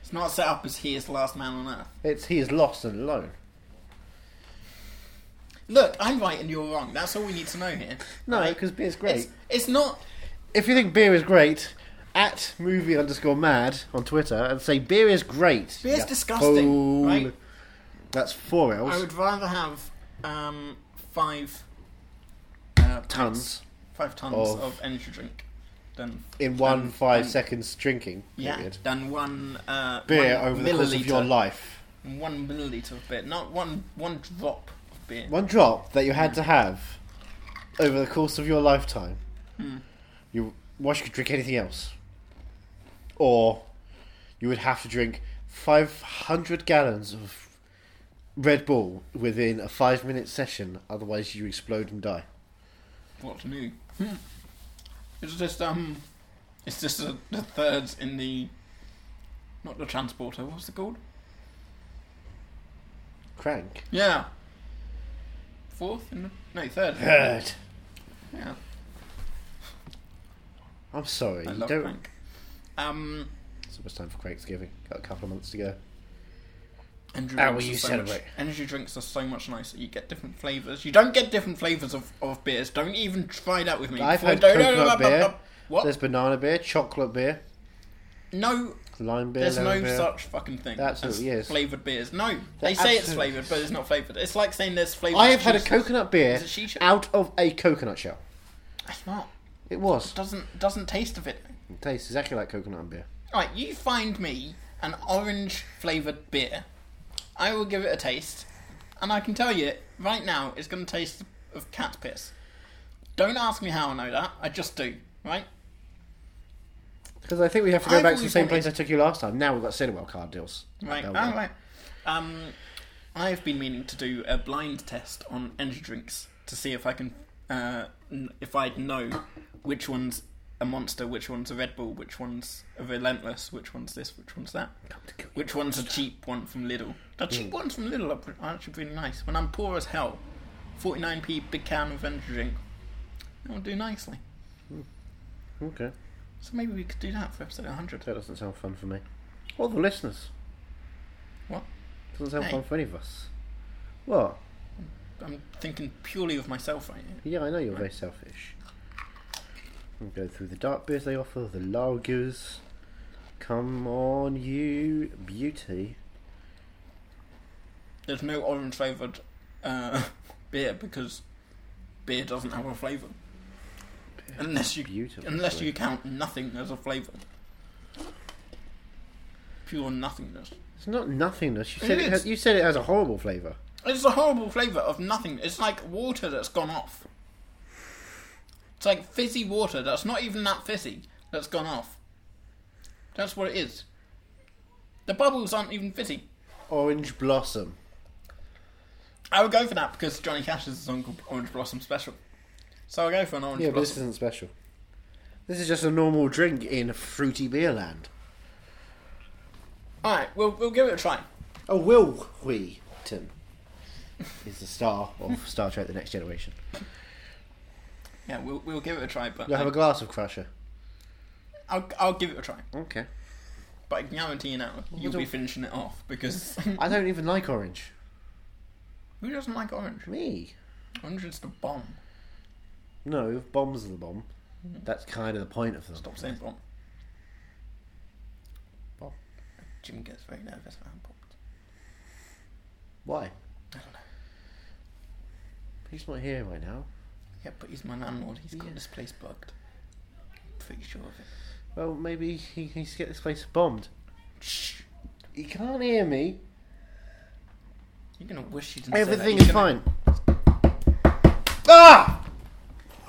S1: It's not set up as he is the last man on Earth.
S2: It's he is lost and alone.
S1: Look, I'm right and you're wrong. That's all we need to know here.
S2: No,
S1: right?
S2: because beer's great.
S1: it's, it's not.
S2: If you think beer is great, at movie underscore mad on Twitter and say beer is great.
S1: Beer's
S2: you
S1: disgusting,
S2: fool.
S1: right?
S2: That's four L's.
S1: I would rather have um, five uh,
S2: tons
S1: five tons
S2: Of-
S1: of, energy drink than
S2: in one
S1: than-
S2: five
S1: than-
S2: seconds drinking
S1: Um, Yeah,
S2: period.
S1: than one uh,
S2: Beer
S1: one
S2: over the course of your
S1: milliliter-
S2: life.
S1: one milliliter of beer, not one one drop of beer.
S2: One drop that you had to have over the course of your lifetime.
S1: Hmm.
S2: You wish you could drink anything else, or you would have to drink five hundred gallons of Red Bull within a five-minute session. Otherwise, you explode and die.
S1: What's new? Hmm. It's just um, it's just the, the thirds in the, not the transporter. What's it called?
S2: Crank.
S1: Yeah. Fourth in the, no third.
S2: Third.
S1: Yeah.
S2: I'm sorry.
S1: I
S2: you
S1: love
S2: don't.
S1: Frank. Um,
S2: It's almost time for Cranksgiving. Got a couple of months to go.
S1: energy
S2: How
S1: drinks
S2: will
S1: are
S2: you
S1: so Much,
S2: celebrate?
S1: energy drinks are so much nicer. You get different flavors. You don't get different flavors of, of beers. Don't even try that with me.
S2: I've
S1: Before-
S2: had
S1: don't- don't-
S2: coconut
S1: don't-
S2: beer.
S1: don't- What?
S2: There's banana beer, chocolate beer,
S1: no,
S2: lime beer.
S1: there's no
S2: lemon beer.
S1: such fucking thing.
S2: There absolutely
S1: as
S2: is.
S1: Flavored beers. No, they say it's
S2: absolute-
S1: flavored, but it's not flavored. It's like saying there's flavored.
S2: I have had a
S1: juices.
S2: coconut beer
S1: Is it shisha?
S2: out of a coconut shell.
S1: It's not.
S2: It was.
S1: Doesn't doesn't taste of it.
S2: It tastes exactly like coconut and beer.
S1: Alright, you find me an orange flavoured beer. I will give it a taste, and I can tell you right now it's going to taste of cat piss. Don't ask me how I know that, I just do, right?
S2: Because I think we have to go
S1: I've
S2: back to the
S1: always
S2: same
S1: wanted-
S2: place I took you last time. Now we've got Cinewell card deals. at
S1: Right,
S2: Belgrade.
S1: alright. Um, I've been meaning to do a blind test on energy drinks to see if I can, uh, n- if I'd know which one's a monster, which one's a Red Bull, which one's a Relentless, which one's this, which one's that. Which one's a cheap one from Lidl? The cheap ones from Lidl are pre- are actually pretty nice. When I'm poor as hell, 49p big can of energy drink, that will do nicely.
S2: Okay.
S1: So maybe we could do that for episode 100.
S2: That doesn't sound fun for me. Or the listeners.
S1: What?
S2: Doesn't sound
S1: Hey.
S2: fun for any of us. What?
S1: I'm thinking purely of myself right now.
S2: Yeah, I know you're very selfish. We'll go through the dark beers they offer, the lagers. Come on, you beauty.
S1: There's no orange flavoured uh, [laughs] beer because beer doesn't have a flavour. Unless you
S2: beautiful
S1: unless you
S2: flavour.
S1: count nothing as a flavour. Pure nothingness.
S2: It's not nothingness. You
S1: It
S2: said it,
S1: is.
S2: has, you said it has a horrible flavour.
S1: It's a horrible flavour of nothing. It's like water that's gone off. It's like fizzy water that's not even that fizzy that's gone off. That's what it is. The bubbles aren't even fizzy.
S2: Orange blossom.
S1: I would go for that because Johnny Cash's song called Orange Blossom Special. So I'll go for an orange
S2: Yeah, but this
S1: blossom.
S2: isn't special. This is just a normal drink in fruity beer land.
S1: Alright, we'll, we'll give it a try.
S2: Oh, Will we, Tim? Is the star of Star Trek The Next Generation.
S1: Yeah, we'll, we'll give it a try, but
S2: You'll have a glass of Crusher.
S1: I'll, I'll give it a try.
S2: Okay.
S1: But I guarantee you now, you'll be
S2: don't-
S1: finishing it off because [laughs]
S2: I don't even like orange.
S1: who doesn't like orange?
S2: Me.
S1: Orange is the bomb.
S2: No, bombs are the bomb. That's kind of the point of them.
S1: Stop saying bomb. Bob. Jim gets very nervous around Bob.
S2: Why? I don't know. He's not here right now.
S1: Yeah, but he's my landlord. He's got this place bugged. Pretty sure of it.
S2: Well, maybe he needs to get this place bombed.
S1: Shh.
S2: He can't hear me.
S1: You're gonna wish you didn't. say that.
S2: Everything
S1: You're
S2: is
S1: gonna-
S2: fine. Ah! [laughs]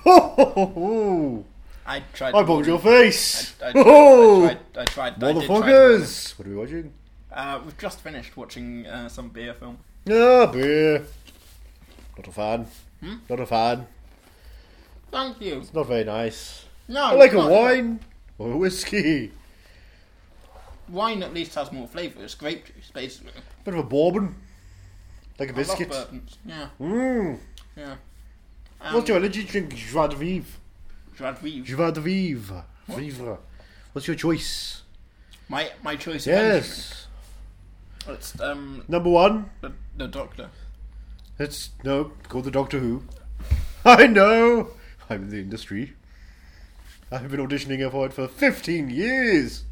S2: Ho, ho, ho, ho.
S1: I tried.
S2: I
S1: to
S2: bombed
S1: warn
S2: your
S1: you.
S2: face!
S1: I, I, tried,
S2: Ho, ho. [laughs]
S1: I tried. I tried. I did try to warn you.
S2: Oh! Motherfuckers! What are we watching?
S1: Uh, we've just finished watching uh, some beer film.
S2: Ah, beer. Not a fan.
S1: Hmm?
S2: Not a fan.
S1: Thank you.
S2: Not very nice.
S1: No.
S2: I like a
S1: no.
S2: wine or a whiskey.
S1: Wine at least has more flavour. It's grape juice, basically.
S2: Bit of a bourbon. Like a biscuit.
S1: I love bourbons. Yeah.
S2: Mmm.
S1: Yeah. Um,
S2: What's your energy drink? Joie de vivre.
S1: Joie de vivre.
S2: Joie de vivre. Vivre. What's your choice?
S1: My my choice. of energy drink.
S2: Yes.
S1: It's um
S2: Number one.
S1: the, the doctor.
S2: It's no. Call the Doctor Who. [laughs] I know. I'm in the industry. I've been auditioning for it for 15 years.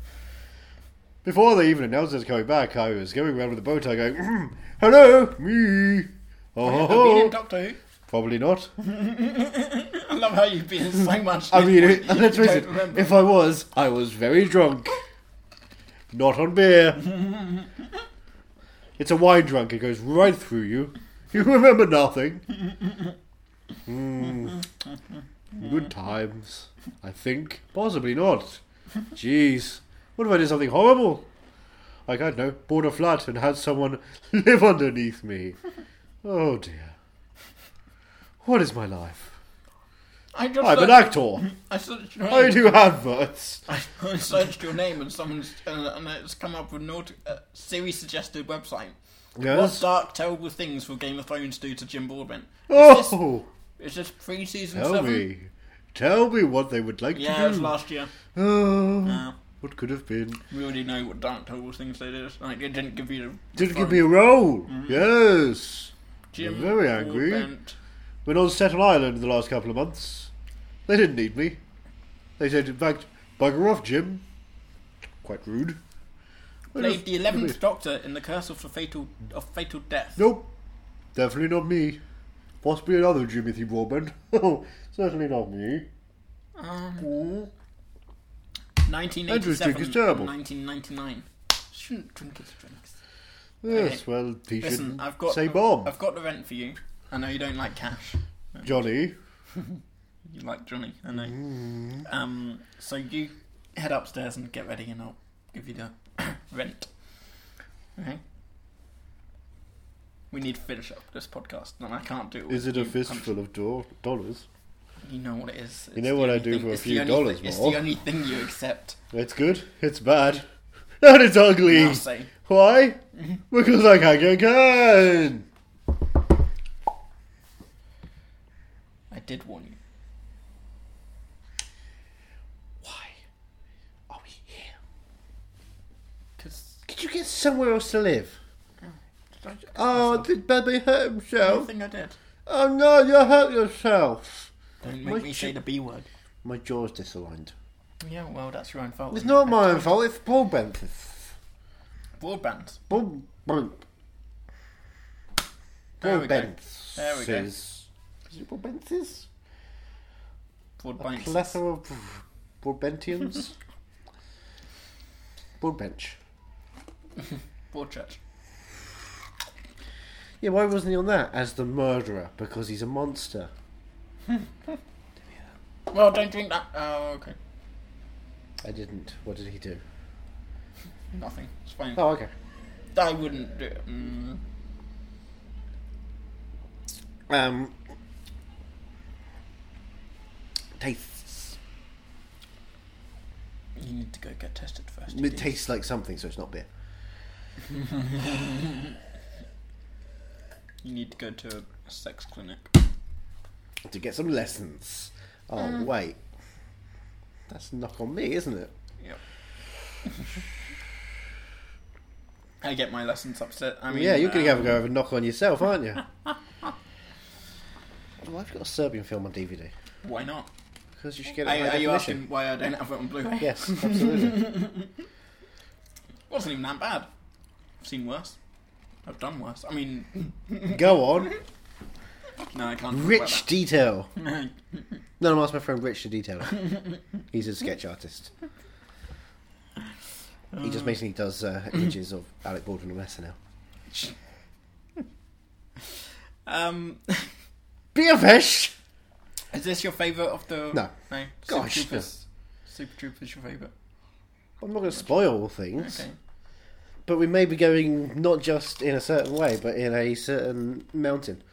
S2: Before they even announced it was coming back, I was going around with a bow tie going, "Mm, "Hello, me." Oh, ho,
S1: Have you been in
S2: ho."
S1: Doctor Who? [laughs]
S2: probably not.
S1: I love how you've
S2: [laughs]
S1: been in so much.
S2: I [laughs] mean,
S1: You [laughs]
S2: it, let's face
S1: don't
S2: it.
S1: remember.
S2: If I was, I was very drunk. Not on beer. It's a wine drunk. It goes right through you. You remember nothing. Mm. Good times. I think. Possibly not. Jeez. What if I did something horrible? Like, I don't know, bought a flat and had someone [laughs] live underneath me. Oh dear. What is my life?
S1: I just
S2: I'm an
S1: searched-
S2: actor.
S1: I searched your
S2: I
S1: name.
S2: do adverts.
S1: [laughs] I searched your name and someone's and, and it's come up with not uh, Siri suggested website.
S2: Yes.
S1: What dark, terrible things will Game of Thrones do to Jim Baldwin? Is this,
S2: Oh,
S1: is this pre-season
S2: tell
S1: seven?
S2: me, tell me what they would like
S1: Yeah,
S2: to
S1: it
S2: do.
S1: was last year.
S2: Oh,
S1: Uh,
S2: what could have been?
S1: we already know what dark, terrible things they did. Like it didn't give you the
S2: Didn't give me a role.
S1: Mm-hmm.
S2: Yes.
S1: Jim
S2: They're very angry.
S1: Broadbent.
S2: Been on Staten Island the last couple of months. They didn't need me. They said, in fact, bugger off, Jim. Quite rude. They'd
S1: Played
S2: have-
S1: the eleventh Doctor in the Curse of the Fatal of Fatal Death.
S2: Nope. Definitely not me. Possibly another Jimothy Broadbent. [laughs] Certainly not me. Mm.
S1: Nineteen
S2: Andrew's
S1: eighty-seven.
S2: drink is terrible.
S1: Nineteen ninety-nine. Shouldn't drink his drinks.
S2: Yes, well, he
S1: Listen,
S2: shouldn't
S1: I've got
S2: say bomb.
S1: I've got the rent for you. I know you don't like cash.
S2: Johnny.
S1: You like Johnny, I know.
S2: Mm.
S1: Um, so you head upstairs and get ready, and I'll give you the [coughs] rent. Okay. We need to finish up this podcast, and I can't do. all
S2: Is it
S1: you
S2: a
S1: punch-
S2: fistful of do- dollars?
S1: You know what it is.
S2: know what I do for a few dollars
S1: It's
S2: more.
S1: the only thing you accept.
S2: It's good. It's bad. [laughs] And it's ugly.
S1: I'll say. [laughs]
S2: Why? Because I can't get can.
S1: I did warn you.
S2: Are we here?
S1: 'Cause
S2: Did you get somewhere else to live? Oh, did Bobby hurt
S1: I
S2: himself?
S1: think I did.
S2: Oh no, you hurt yourself.
S1: Don't make
S2: My
S1: me
S2: ch-
S1: say the B word.
S2: My jaw's disaligned.
S1: Yeah, well, that's your own fault.
S2: It's
S1: isn't it?
S2: not my own fault, it's Paul Bent's.
S1: broadband.
S2: Paul Bent.
S1: There
S2: Paul
S1: we go.
S2: Bent's.
S1: There we go.
S2: Is it Paul Bent's?
S1: Broadband.
S2: Plethora of
S1: [laughs]
S2: Broadbentians. Broadbench.
S1: Broadchurch.
S2: Yeah, why wasn't he on that as the murderer? Because he's a monster.
S1: Well, don't drink that. Oh, okay.
S2: I didn't. What did he do?
S1: Nothing. It's fine.
S2: Oh, okay.
S1: I wouldn't do it. Mm.
S2: Um. Tastes.
S1: You need to go get tested first. you
S2: It
S1: do.
S2: tastes like something, so it's not beer.
S1: You need to go to a sex clinic.
S2: To get some lessons. Oh
S1: Mm.
S2: wait, that's a knock on me, isn't it? [laughs]
S1: Yep. I get my lessons upset. I mean,
S2: yeah, you're gonna
S1: um,
S2: have a go have a knock on yourself, aren't
S1: [laughs]
S2: you? well, I've got a Serbian film on DVD
S1: Why not?
S2: because you should get it.
S1: Are,
S2: in high
S1: are you
S2: definition.
S1: asking why I don't have it on Blu-ray?
S2: Yes, absolutely.
S1: wasn't even that bad. I've seen worse. I've done worse. I mean,
S2: go on.
S1: no, I can't. talk about [laughs]
S2: Rich detail.
S1: that.
S2: No, I'm asking my friend Rich to detail it. He's a sketch artist. He just basically does uh, images of Alec Baldwin on SNL.
S1: um, [laughs]
S2: Be a fish!
S1: is this your favourite of the?
S2: No.
S1: No.
S2: Gosh, no.
S1: Super Troopers. Super Troopers, your favourite.
S2: I'm not going to spoil things,
S1: Okay.
S2: but we may be going not just in a certain way, but in a certain mountain.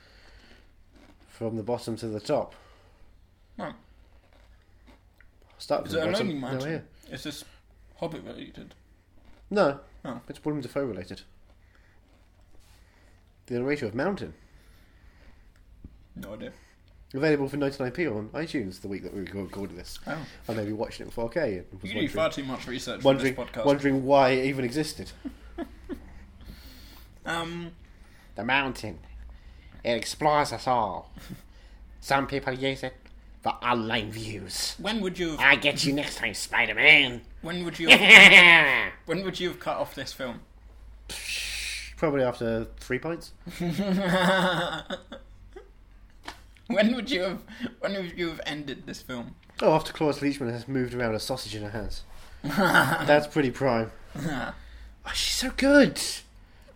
S2: From the bottom to the top.
S1: Right.
S2: Start with
S1: Is
S2: the
S1: it a
S2: bottom.
S1: lonely
S2: No,
S1: mountain?
S2: here.
S1: Is this Hobbit related?
S2: No,
S1: Oh.
S2: it's William Defoe related. The ratio of mountain.
S1: No idea.
S2: Available for 99p on iTunes the week that we recorded this.
S1: Oh.
S2: I may be watching it in 4K. And was
S1: You do
S2: wondering-
S1: far too much research for this
S2: wondering,
S1: podcast.
S2: wondering why it even existed. [laughs]
S1: Um,
S2: the mountain. It explores us all. Some people use it for online views.
S1: when would you? Have,
S2: I get you next time, Spider [laughs] Man.
S1: when would you? Have, when would you have cut off this film? [laughs]
S2: Probably after three pints.
S1: When would you have? When would you have ended this film?
S2: Oh, after Claus Leachman has moved around a sausage
S1: [laughs]
S2: in her hands. That's pretty prime. oh, she's so good.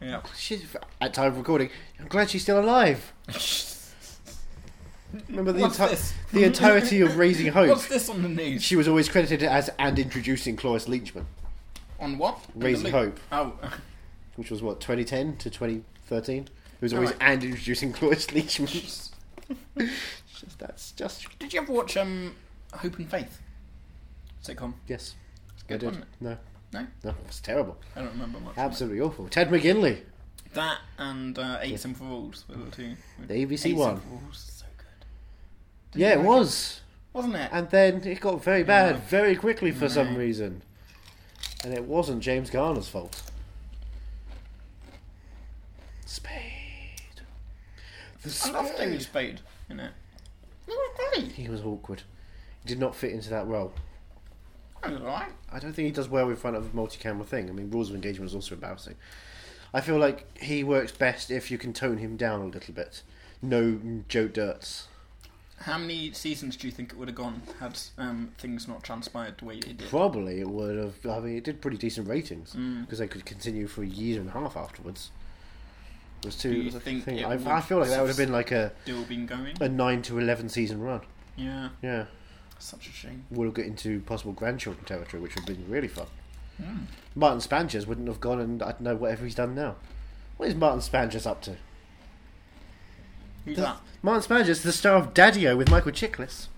S1: Yeah.
S2: She's at time of recording. I'm glad she's
S1: [laughs]
S2: still alive. Remember the,
S1: What's
S2: enti-
S1: this?
S2: the entirety of Raising
S1: [laughs]
S2: Hope.
S1: What's this on the news?
S2: She was always credited as and introducing Cloris Leachman,
S1: on what? In the
S2: Raising
S1: loop.
S2: Hope.
S1: Oh,
S2: which was what 2010 to 2013. It was always
S1: Alright.
S2: and introducing [laughs] Cloris Leachman. It's [laughs] just- That's just
S1: did you ever watch um Hope and Faith sitcom?
S2: yes.
S1: good,
S2: I did.
S1: wasn't it?
S2: No,
S1: No,
S2: no, it's terrible.
S1: I don't remember much. from
S2: Absolutely awful. Ted McGinley.
S1: it. That and uh, Eight Simple Rules were the two.
S2: The ABC
S1: Eight
S2: one.
S1: Simple Rules is so good,
S2: yeah, it was.
S1: wasn't it?
S2: And then it got very bad very quickly for some reason. And it wasn't James Garner's fault. Spade. The
S1: I love David
S2: spade.
S1: Spade in it. It was great.
S2: He was awkward. He did not fit into that role.
S1: It was alright.
S2: I don't think he does well in front of a multi-camera thing. I mean, rules of engagement is also embarrassing. I feel like he works best if you can tone him down a little bit. No Joe Dirts.
S1: How many seasons do you think it would have gone had um, things not transpired the way it did?
S2: Probably it would have. I mean, it did pretty decent ratings
S1: Mm.
S2: because they could continue for a year and a half afterwards. It was too.
S1: you
S2: it was a
S1: think
S2: thing.
S1: it
S2: I,
S1: would
S2: I feel like that would have been like a,
S1: Still been going?
S2: a nine to eleven season run.
S1: Yeah,
S2: Yeah,
S1: such a shame.
S2: we'll get into possible grandchildren territory, which would have been really fun.
S1: Mm.
S2: Martin Spangers wouldn't have gone, and I don't know whatever he's done now. What is Martin Spangers up to?
S1: Who's
S2: The-
S1: that?
S2: Martin Spangers, the star of Daddio with Michael Chiklis,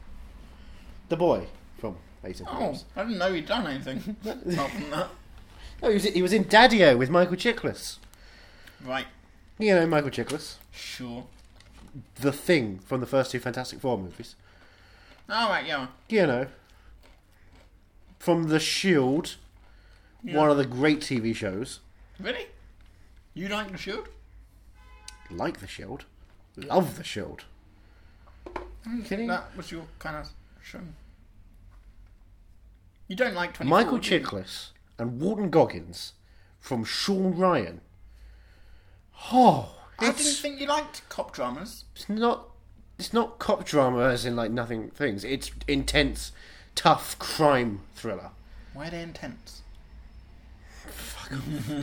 S2: the boy from Eight
S1: Oh, I didn't know he'd done
S2: [laughs]
S1: anything apart from that.
S2: No, he was, he was in Daddio with Michael Chiklis.
S1: Right,
S2: You know Michael Chiklis.
S1: sure.
S2: the thing from the first two Fantastic Four movies.
S1: All right, yeah.
S2: You know, from The Shield, one of the great TV shows,
S1: Really? You like the shield?
S2: like The Shield, love The Shield. Are you kidding?
S1: That was your kind of shame. You don't like 24,
S2: Michael
S1: do you?
S2: Chiklis and Walton Goggins from Sean Ryan. Oh,
S1: I didn't
S2: it's,
S1: think you liked cop dramas.
S2: it's not. It's not cop drama as in like nothing things. It's intense, tough crime thriller.
S1: Why are they intense?
S2: You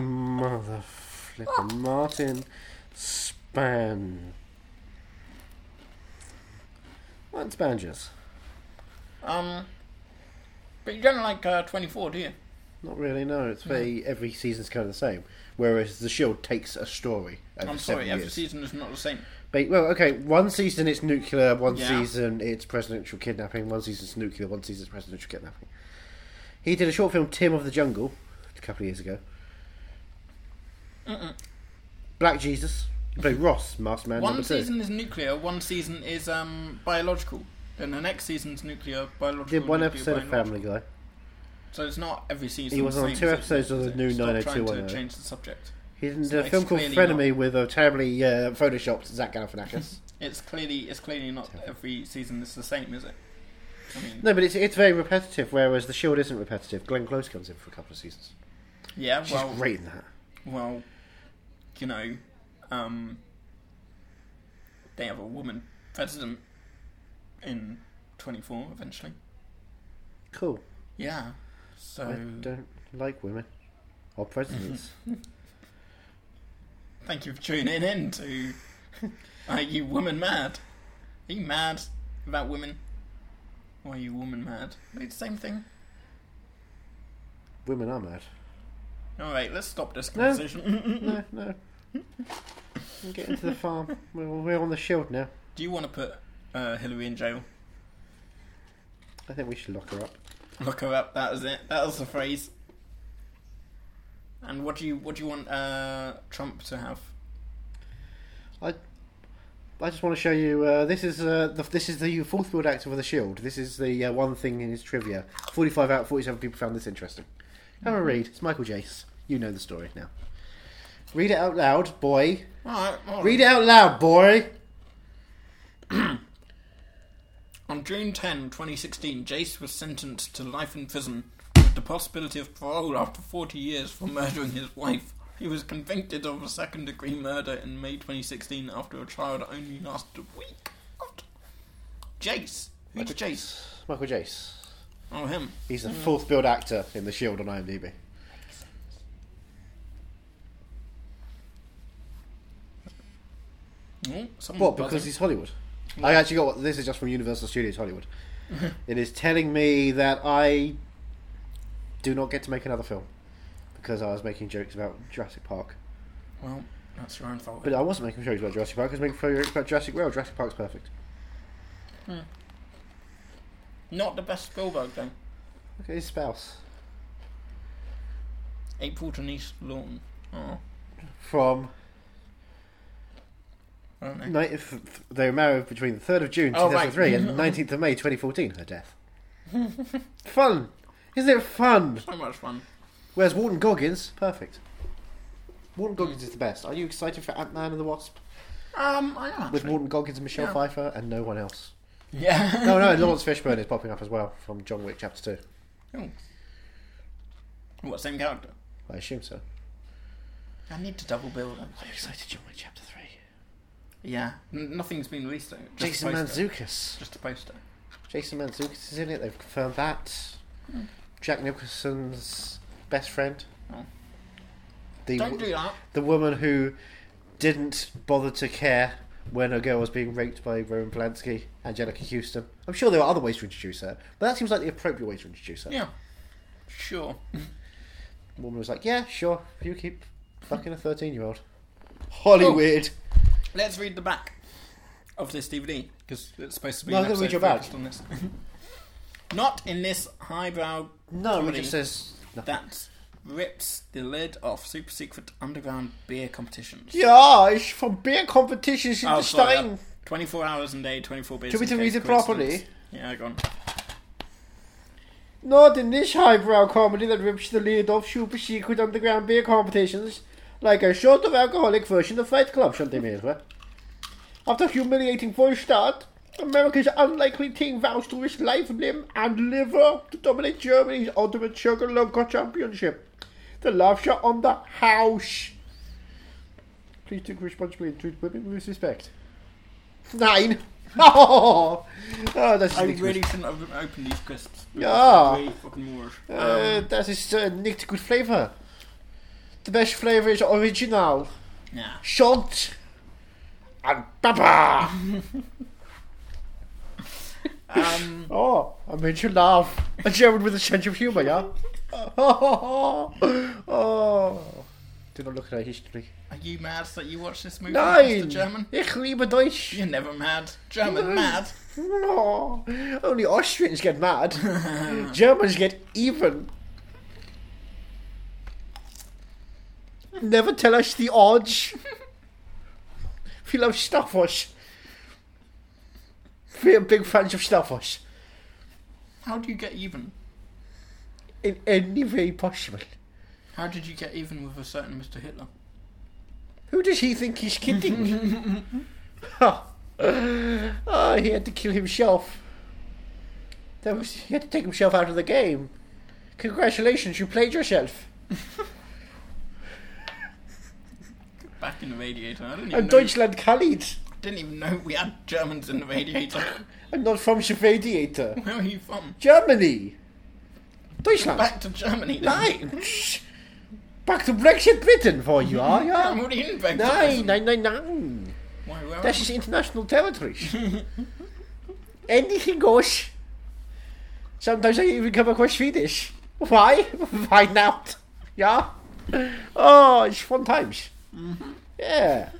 S2: mother flipper Martin Span. Martin Spangers.
S1: Um, but you don't like uh, 24, do you?
S2: Not really, no. It's very, every season's kind of the same. Whereas The Shield takes a story over
S1: I'm
S2: seven
S1: sorry,
S2: years.
S1: every season is not the same.
S2: Ba- well, okay, one season it's nuclear, one
S1: Yeah.
S2: season it's presidential kidnapping, one season it's nuclear, one season it's presidential kidnapping. He did a short film, Tim of the Jungle, a couple of years ago. Black Jesus.
S1: [laughs]
S2: He played Ross, Masked Man
S1: One
S2: number two.
S1: season is nuclear, one season is um, biological, and the next season's nuclear, biological.
S2: did one
S1: nuclear,
S2: episode of
S1: biological.
S2: Family Guy.
S1: So it's not every season.
S2: He was
S1: the
S2: on
S1: same
S2: two
S1: as it
S2: episodes of the
S1: is.
S2: new
S1: Stop trying
S2: 90210.
S1: to change the subject.
S2: He did
S1: So
S2: a film
S1: it's
S2: called
S1: clearly
S2: Frenemy with a terribly uh, photoshopped
S1: [laughs]
S2: Zach Galifianakis.
S1: It's clearly it's clearly not every season is the same, is it? I mean,
S2: no, but it's it's very repetitive. Whereas The Shield isn't repetitive. Glenn Close comes in for a couple of seasons.
S1: yeah.
S2: She's
S1: Well,
S2: great in that.
S1: well, you know, um, they have a woman president in twenty four eventually.
S2: Cool.
S1: Yeah. So
S2: I don't like women or presidents.
S1: Thank you for tuning in to Are You Woman Mad? Are you mad about women? Or are you woman mad? Are they the same thing?
S2: women are mad.
S1: Alright, let's stop this conversation. [laughs]
S2: No, no. We'll Get into the farm. We're, we're on The Shield now.
S1: Do you want to put uh, Hillary in jail?
S2: I think we should lock her up.
S1: Look her up, that is it. That was the phrase. And what do you what do you want uh, Trump to have?
S2: I, I just want to show you. Uh, this is uh, the, this is the fourth field actor for the Shield. This is the uh, one thing in his trivia. Forty-five out of forty-seven people found this interesting. Have a read. It's Michael Jace. You know the story now. Read it out loud, boy.
S1: Alright, alright.
S2: Read it out loud, boy.
S1: On June 10, 2016, Jace was sentenced to life in prison with the possibility of parole after 40 years for murdering his wife. He was convicted of a second degree murder in May 2016 after a trial that only lasted a week. What? Jace? Who's Jace?
S2: Michael Jace.
S1: Oh, him.
S2: He's the fourth build actor in the Shield on IMDb.
S1: Oh,
S2: What? Because it's Hollywood. I actually got what this is just from Universal
S1: [laughs]
S2: Studios Hollywood. it is telling me that I do not get to make another film because I was making jokes about Jurassic Park.
S1: Well, that's your own fault.
S2: But I wasn't making jokes about Jurassic Park. I was making jokes about Jurassic World. Jurassic Park's perfect.
S1: Not the best Spielberg thing.
S2: Look at his spouse
S1: April Denise Lawton. Oh,
S2: from
S1: I don't know.
S2: night of, they were married between the 3rd of June
S1: Oh, right. [laughs]
S2: 2003 and 19th of May 2014 her death fun isn't it fun
S1: So much fun.
S2: where's Walton Goggins perfect Walton Goggins is the best are you excited for Ant-Man and the Wasp
S1: Um, I am
S2: with
S1: actually.
S2: Walton Goggins and Michelle
S1: Yeah.
S2: Pfeiffer and no one [laughs] else
S1: Yeah. [laughs]
S2: no no Lawrence Fishburne is popping up as well from John Wick chapter 2
S1: Oh. What same character?
S2: I assume so
S1: I need to double build them.
S2: I'm excited John Wick chapter 3
S1: Yeah, N- nothing's been released though. Just a
S2: Jason
S1: poster.
S2: Manzukis
S1: Just a poster.
S2: Jason Mantzoukas is in it. They've confirmed that. Jack Nicholson's best friend.
S1: Oh.
S2: The
S1: Don't do that.
S2: the woman who didn't bother to care when a girl was being raped by Roman Polanski, Angelica Houston. I'm sure there are other ways to introduce her, but that seems like the appropriate way to introduce her.
S1: Yeah. Sure.
S2: The woman was like, "Yeah, sure, you keep fucking a 13 year old." Hollywood.
S1: Let's read the back of this DVD because it's supposed to be.
S2: No,
S1: an
S2: I'm gonna read
S1: episode
S2: your back.
S1: focused On this. [laughs] Not in this highbrow.
S2: No, it
S1: comedy
S2: just says nothing.
S1: that rips the lid off super secret underground beer competitions.
S2: Yeah, it's from beer competitions in
S1: Oh,
S2: the
S1: sorry,
S2: Stein.
S1: uh, 24 hours a day, 24 beers.
S2: Do you want me
S1: a
S2: to
S1: day,
S2: read it properly?
S1: coincidence. Yeah, go on.
S2: Not in this highbrow comedy that rips the lid off super secret underground beer competitions, like a sort of alcoholic version of Fight Club, something mesmo. After humiliating for a start, America's unlikely team vows to risk life, limb, and liver to dominate Germany's ultimate sugar local championship. The laughs are on the house. Please take responsibly and treat women with respect. Nine. [laughs] Oh, that's
S1: I
S2: ridiculous.
S1: really shouldn't have opened these crisps.
S2: Yeah.
S1: Way fucking Moorish.
S2: Uh, that is uh, not good flavor. The best flavor is original.
S1: Yeah.
S2: Salt and pepper.
S1: Um,
S2: Oh, I made you laugh. A German with a sense of humor, yeah? Oh, Do not look at our history.
S1: are you mad that you watched this movie, Mr.
S2: Nein!
S1: German?
S2: Ich liebe Deutsch.
S1: You're never mad. German mad.
S2: No. Only Austrians get mad. Germans get even. Never tell us the odds. we love Staffos. We're big fans of Staffos.
S1: How do you get even?
S2: In any way possible.
S1: How did you get even with a certain Mr. Hitler?
S2: Who does he think he's kidding? oh, he had to kill himself. That was, he had to take himself out of the game. Congratulations, you played yourself.
S1: Back in the radiator. I didn't even,
S2: And
S1: know,
S2: Deutschland Khalid.
S1: didn't even know we had Germans in the radiator. [laughs]
S2: I'm not from Schwediator.
S1: Where are you from?
S2: Germany. Deutschland.
S1: Back to Germany. then.
S2: Nein. Shh. Back to Brexit Britain for you, are
S1: I'm
S2: ya?
S1: already in Brexit.
S2: Nein, nein, nein, nein.
S1: Why, where
S2: That
S1: am
S2: is international territory. Anything goes. Sometimes I even come across Swedish. Why? Why not? Yeah. Oh, it's fun times. Yeah.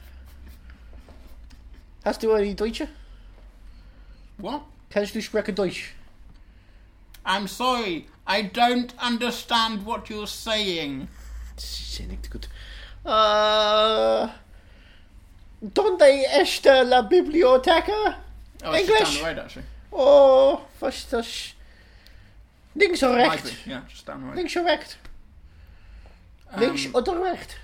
S2: Hast du any Deutsche?
S1: I? What?
S2: Kannst du sprechen Deutsch?
S1: I'm sorry. I don't understand what you're saying.
S2: Sehr nicht gut. Äh, donde está la biblioteca?
S1: Oh, it's just
S2: English.
S1: down the road, actually.
S2: Oh, was ist das? Links oder rechts?
S1: Library. Yeah, just down the road. Um,
S2: Links oder rechts?
S1: Ehm,
S2: Links oder rechts?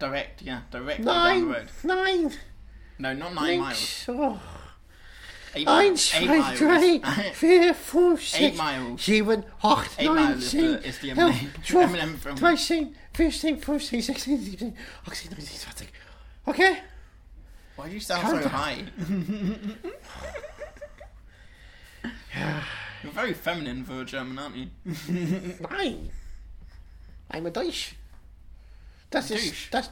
S1: Direct, yeah, direct down the
S2: Nein,
S1: road.
S2: nein,
S1: No, not nine miles.
S2: links. Oh.
S1: Eight
S2: Eins,
S1: miles. Eight
S2: zwei,
S1: [laughs]
S2: drei,
S1: miles.
S2: vier, fünf,
S1: Eight
S2: sechs,
S1: miles.
S2: sieben, acht,
S1: Eight
S2: neun,
S1: miles is
S2: zehn,
S1: the- is the
S2: elf, [laughs]
S1: Eminem-
S2: zwölf,
S1: Eminem film.
S2: dreizehn, vierzehn, fünfzehn, sechzehn, siebzehn, achtzehn, neunzehn, zwanzig. Okay?
S1: Why do you sound so
S2: Countdown. [sighs]
S1: high? You're very feminine for a German, aren't you?
S2: Nein. I'm a Deutsch. Das ist.
S1: Deutsch.
S2: Das.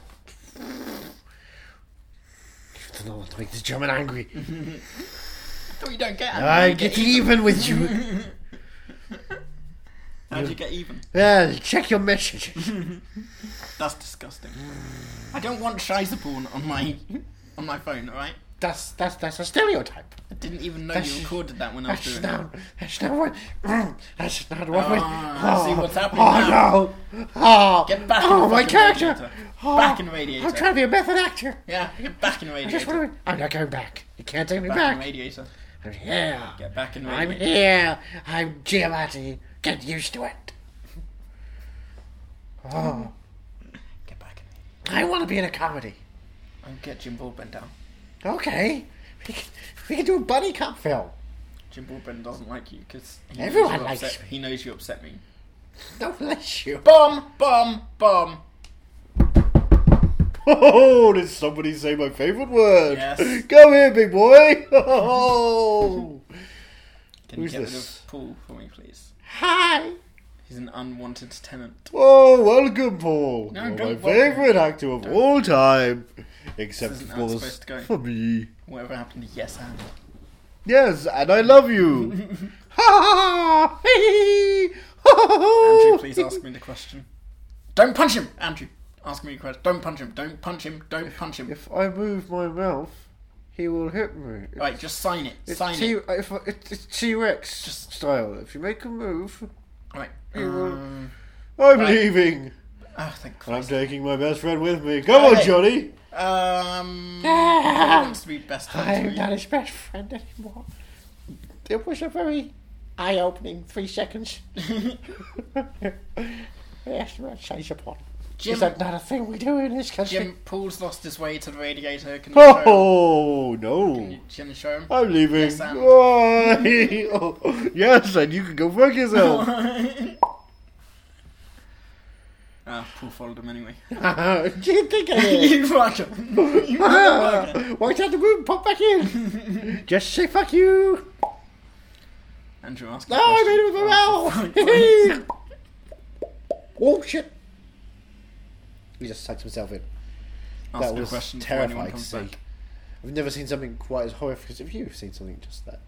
S2: not want to make this German angry.
S1: Mhm. Thought you don't get angry.
S2: I
S1: you
S2: get even with you.
S1: How'd you get even?
S2: Yeah, check your messages.
S1: That's disgusting. I don't want Shiza porn on my on my phone. All right.
S2: That's that's that's a stereotype.
S1: I didn't even know
S2: That's-
S1: you recorded that when I was
S2: That's
S1: doing
S2: not that's not what that's not what we.
S1: Ah, I see what's happening
S2: Oh no! Oh,
S1: Get back in
S2: oh
S1: the
S2: my
S1: fucking
S2: character!
S1: radiator.
S2: Oh,
S1: Back in the radiator.
S2: I'm trying to be a method actor.
S1: it. Yeah, get back in the
S2: I just
S1: radiator.
S2: want to. I'm not going back. You can't take me
S1: Back in
S2: back.
S1: the radiator.
S2: I'm here.
S1: Get back in the
S2: I'm
S1: radiator.
S2: here. I'm Giamatti. Get used to it. Oh,
S1: Get back in the radiator.
S2: I want to be in a comedy.
S1: I'll get Jim Broadbent down.
S2: Okay, we can, we can do a buddy cop film.
S1: Jim Broadbent doesn't like you because
S2: Everyone likes
S1: upset,
S2: me.
S1: He knows you upset me.
S2: No bless you.
S1: Bomb, bomb, bomb.
S2: [laughs] Oh, did somebody say my favorite word?
S1: Yes.
S2: Come here, big boy. [laughs] Oh.
S1: Can you
S2: Who's
S1: get rid
S2: this?
S1: of Paul for me, please?
S2: Hi.
S1: He's an unwanted tenant.
S2: Oh, welcome, Paul.
S1: No,
S2: You're my
S1: don't
S2: favorite actor of all time. Except,
S1: This
S2: of
S1: isn't how it's
S2: course,
S1: supposed to go.
S2: for me.
S1: Whatever happened to Yes
S2: [gasps]
S1: and?
S2: Yes, and I love [laughs] you. Ha ha ha! Hee, hee, ha, ha, [laughs] ha.
S1: Andrew, please ask me the question. Don't punch him, Andrew. Ask me a question. Don't punch him. Don't punch him. Don't punch him.
S2: If I move my mouth, he will hit me.
S1: All right, just sign it.
S2: It's
S1: sign
S2: T-
S1: it.
S2: if I- it's it's T-Rex
S1: Just-
S2: style. If you make a move,
S1: All right.
S2: he will.
S1: Um,
S2: I'm leaving.
S1: oh, thank
S2: I'm
S1: Christ.
S2: taking my best friend with me. Come
S1: Hey.
S2: on,
S1: [laughs]
S2: Johnny. [laughs]
S1: Um, who
S2: I'm
S1: wants to be best friends with
S2: not
S1: you?
S2: his best friend anymore. It was a very eye-opening three
S1: [laughs]
S2: seconds. [laughs] yes, not change upon.
S1: Jim-
S2: Is that not a thing we do in this country?
S1: Jim Paul's lost his way to the radiator. Can you show
S2: Oh no!
S1: him? Can you show him?
S2: I'm leaving.
S1: Yes, Sam.
S2: Why? [laughs] Oh, yes, and you can go
S1: [laughs]
S2: fuck yourself. [laughs]
S1: Ah, Paul followed him
S2: [laughs]
S1: anyway.
S2: do you think I did?
S1: [laughs] you fucker. You fucker.
S2: [laughs] Walked out the room, pop back in.
S1: [laughs]
S2: Just say fuck you.
S1: Andrew, ask.
S2: No, Oh, I made
S1: [laughs]
S2: it with my mouth. [laughs] oh shit! He just sucked himself in.
S1: Ask
S2: that
S1: a
S2: was
S1: question before anyone
S2: terrifying to
S1: comes
S2: see.
S1: back.
S2: I've never seen something quite as horrific as if you've seen something just that.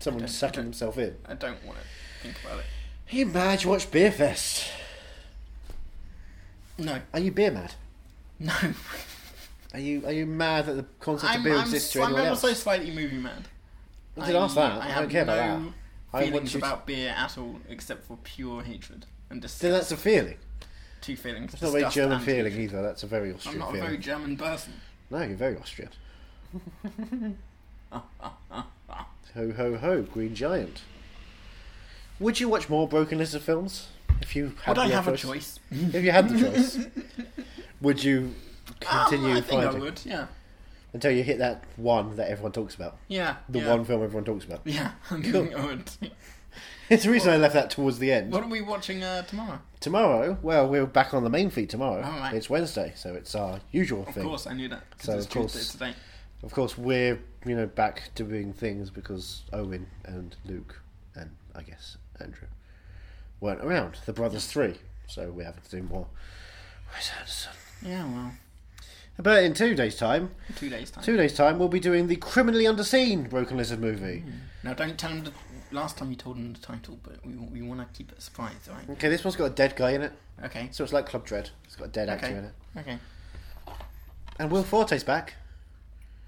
S2: Someone sucking himself in.
S1: I don't want to think about it.
S2: Hey, Madge, watch Beer Fest.
S1: No, [laughs]
S2: Are you beer mad?
S1: no.
S2: Are you are you mad that the concept of
S1: I'm,
S2: beer
S1: I'm,
S2: exists
S1: s-
S2: to
S1: I'm
S2: anyone
S1: ever
S2: else?
S1: so slightly movie mad.
S2: I did ask that. I, don't
S1: have
S2: care
S1: no
S2: about that. I want
S1: feelings
S2: you to-
S1: about beer at all, except for pure hatred and
S2: Then
S1: disgust.
S2: that's a feeling.
S1: Two feelings.
S2: It's not a very
S1: disgust
S2: German
S1: and
S2: feeling
S1: hatred.
S2: either. That's a very
S1: I'm
S2: Austrian
S1: not a
S2: feeling.
S1: very German person.
S2: No, you're very Austrian. ho ho ho, Green Giant. Would you watch more Broken Lizard films if you had
S1: Would I
S2: the
S1: have a choice?
S2: If
S1: [laughs]
S2: you had the choice, would you continue
S1: Um, I think I
S2: finding
S1: would. Yeah,
S2: until you hit that one that everyone talks about?
S1: yeah.
S2: The
S1: yeah.
S2: one film everyone talks about. [laughs]
S1: Yeah, [laughs] I think I would.
S2: It's the reason I left that towards the end.
S1: What are we watching uh, tomorrow?
S2: Tomorrow, well, we're back on the main feed tomorrow.
S1: Oh, right.
S2: It's Wednesday, so it's our usual
S1: Of
S2: thing.
S1: course, I knew that because
S2: So,
S1: it's
S2: of course-
S1: Tuesday today.
S2: Of course, we're you know back doing things because Owen and Luke and I guess Andrew weren't around. The brothers three, so we're having to do more. Where's Anderson?
S1: Yeah, well,
S2: But in two days' time,
S1: two days time.
S2: two days' time, we'll be doing the criminally underseen Broken Lizard movie.
S1: Now, don't tell him. The... Last time you told him the title, but we we want to keep it a surprise, all right?
S2: Okay, this one's got a dead guy in it,
S1: Okay.
S2: so it's like Club Dread. It's got a dead actor
S1: Okay.
S2: in it,
S1: Okay.
S2: and Will Forte's back.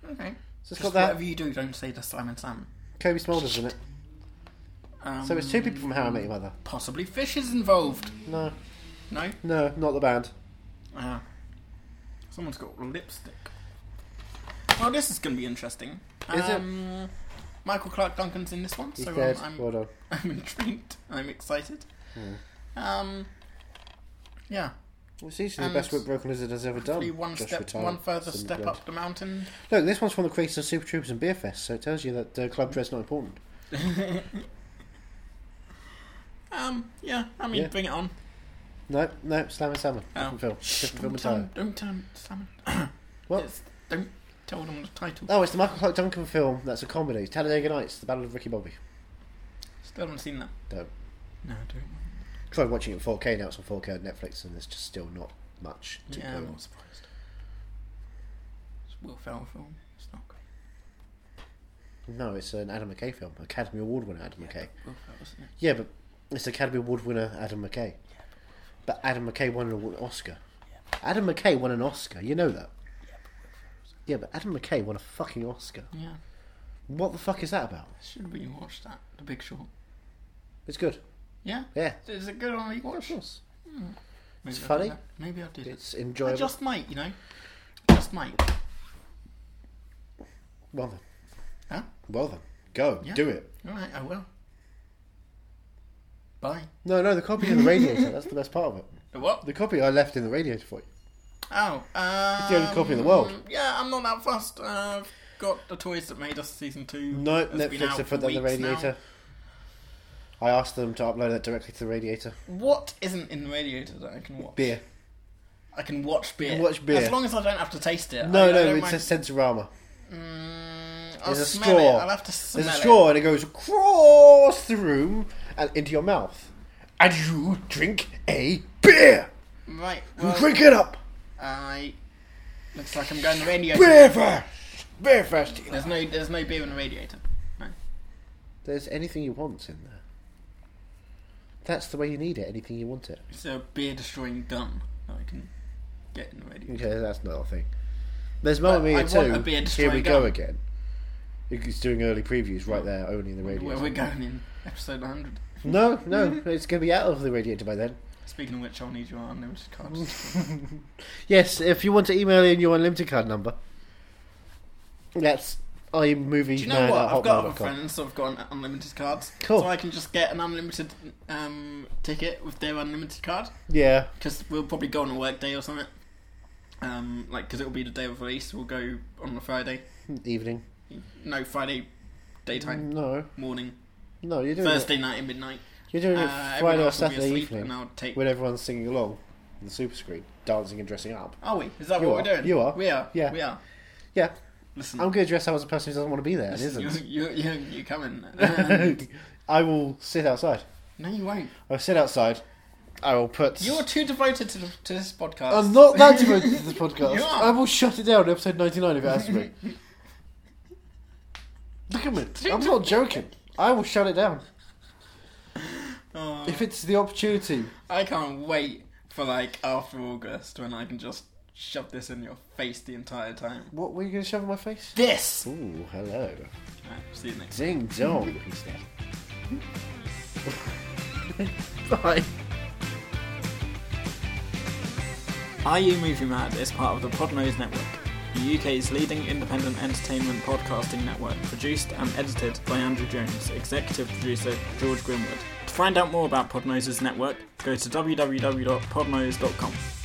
S1: Okay.
S2: So it's
S1: Just
S2: got that
S1: whatever you do, don't say the Simon Sam.
S2: Kobe Smulders in it.
S1: Um,
S2: So it's two people from How I Met Your Mother.
S1: possibly fish is involved.
S2: No,
S1: No.
S2: no, not the band.
S1: Uh,
S2: Ah.
S1: someone's got lipstick. Well, this is going to be interesting.
S2: Is it?
S1: um, Michael Clark Duncan's in this one,
S2: He's
S1: so
S2: dead.
S1: I'm, I'm,
S2: Well Hmm. done.
S1: I'm intrigued. I'm excited. Um, yeah,
S2: It's easily
S1: And
S2: the best work Broken Lizard has ever done.
S1: Probably one
S2: Joshua
S1: step,
S2: Tyler,
S1: one further
S2: Simon
S1: step
S2: Grant.
S1: up the mountain.
S2: Look, this one's from the creators of Super Troopers and Beer Fest, so it tells you that uh, club dress not important.
S1: Um, yeah, I mean,
S2: Yeah.
S1: bring it on.
S2: No, no, Slam and Salmon.
S1: Oh.
S2: Different film. Different film
S1: Don't tell,
S2: entirely.
S1: him, don't tell him, Simon.
S2: [coughs] What?
S1: It's- Don't tell them the title.
S2: Oh, it's the Michael Clark Duncan film that's a comedy. Talladega Nights, The Battle of Ricky Bobby.
S1: Still haven't seen that.
S2: No.
S1: No, I don't.
S2: Tried watching it in 4K, now it's on 4K on Netflix, and there's just still not much to
S1: Yeah,
S2: go
S1: I'm
S2: on.
S1: not surprised. It's a Will Ferrell film. It's not great.
S2: No, it's an Adam McKay film, Academy Award winner Adam McKay.
S1: Wilfred, wasn't it?
S2: Yeah, but it's Academy Award winner Adam McKay. But Adam McKay won an award- Oscar. Adam McKay won an Oscar. You know that. Yeah, but Adam McKay won a fucking Oscar.
S1: Yeah.
S2: What the fuck is that about?
S1: Should we watch that? The Big Short.
S2: It's good.
S1: Yeah?
S2: Yeah.
S1: Is it good on rewatch? Yes. Maybe
S2: It's
S1: I'll do
S2: funny.
S1: that. Maybe I'll do that.
S2: It's
S1: I
S2: enjoyable.
S1: just might, you know. Just might.
S2: Well then,
S1: Huh?
S2: well then, go
S1: Yeah.
S2: do it.
S1: Alright, I will. Bye.
S2: No, no, the copy in the radiator. That's the best part of it.
S1: The what?
S2: The copy I left in the radiator for you.
S1: Oh, um,
S2: It's the only copy in the world.
S1: Yeah, I'm not that fussed. Uh, I've got the toys that made us season two.
S2: No,
S1: It's been
S2: Netflix
S1: out
S2: have
S1: for
S2: put that in the
S1: weeks now.
S2: radiator. I asked them to upload that directly to the radiator.
S1: What isn't in the radiator that I can watch?
S2: Beer.
S1: I can watch beer.
S2: can watch beer.
S1: As long as I don't have to taste it. I,
S2: No,
S1: I
S2: no,
S1: don't
S2: it's
S1: mind.
S2: a sensorama.
S1: Mm, I'll
S2: There's a
S1: smell
S2: straw.
S1: It. I'll have to smell
S2: There's a
S1: it.
S2: straw and it goes across the room and into your mouth. And you drink a beer.
S1: Right.
S2: You
S1: Well,
S2: drink it up.
S1: I. Looks like I'm going to the radiator.
S2: Beer fast. Beer fast.
S1: There's no, there's no beer in the radiator. No.
S2: There's anything you want in there. That's the way you need it. Anything you want it.
S1: It's a beer destroying gun that I can get in the radiator.
S2: Okay, that's not a thing. There's Mamma
S1: I
S2: Mia
S1: want a beer
S2: 2. Here
S1: destroying
S2: we go
S1: gun.
S2: again. It's doing early previews right there, only in the
S1: Where Mm-hmm.
S2: radio.
S1: we're going in episode 100.
S2: No, no, it's going to be out of the radiator by then.
S1: Speaking of which, I'll need your unlimited card.
S2: [laughs] Yes, if you want to email in your unlimited card number, that's iMovie.
S1: Do you know what? I've got other friends that have got un- unlimited cards.
S2: Cool.
S1: So I can just get an unlimited um, ticket with their unlimited card.
S2: Yeah,
S1: Because we'll probably go on a work day or something. Um, like, because it'll be the day of release. We'll go on a Friday.
S2: evening.
S1: No, Friday daytime.
S2: No,
S1: Morning.
S2: no, you're doing
S1: Thursday night and midnight.
S2: It. You're doing it
S1: Uh, everyone
S2: Friday or
S1: else will be
S2: Saturday
S1: asleep
S2: evening
S1: and I'll take-
S2: when everyone's singing along, on the super screen, dancing and dressing up.
S1: Are we? Is that
S2: You
S1: what
S2: are.
S1: we're doing?
S2: You are.
S1: We are.
S2: Yeah.
S1: We are.
S2: Yeah,
S1: Listen.
S2: I'm [laughs] going to dress up as a person who doesn't want to be there. It
S1: You,
S2: isn't.
S1: you, you, you
S2: [laughs]
S1: coming? Um,
S2: I will sit outside.
S1: no, you won't.
S2: I'll sit outside. I will put.
S1: You're too devoted to, the, to this podcast. [laughs]
S2: I'm not that devoted to this podcast.
S1: You are.
S2: I will shut it down in episode 99 if it has to be. Look at me. I'm not joking. I will shut it down. If it's the opportunity.
S1: I can't wait for like after August when I can just shove this in your face the entire time.
S2: What were you going to shove in my face?
S1: This.
S2: Ooh, hello.
S1: Alright, see you next.
S2: Ding dong.
S1: [laughs]
S2: Peace out. Bye.
S1: Are You Movie Mad is part of the Podnose Network, the UK's leading independent entertainment podcasting network, produced and edited by Andrew Jones, executive producer George Grimwood. To find out more about Podnose's network, go to www.podnose.com.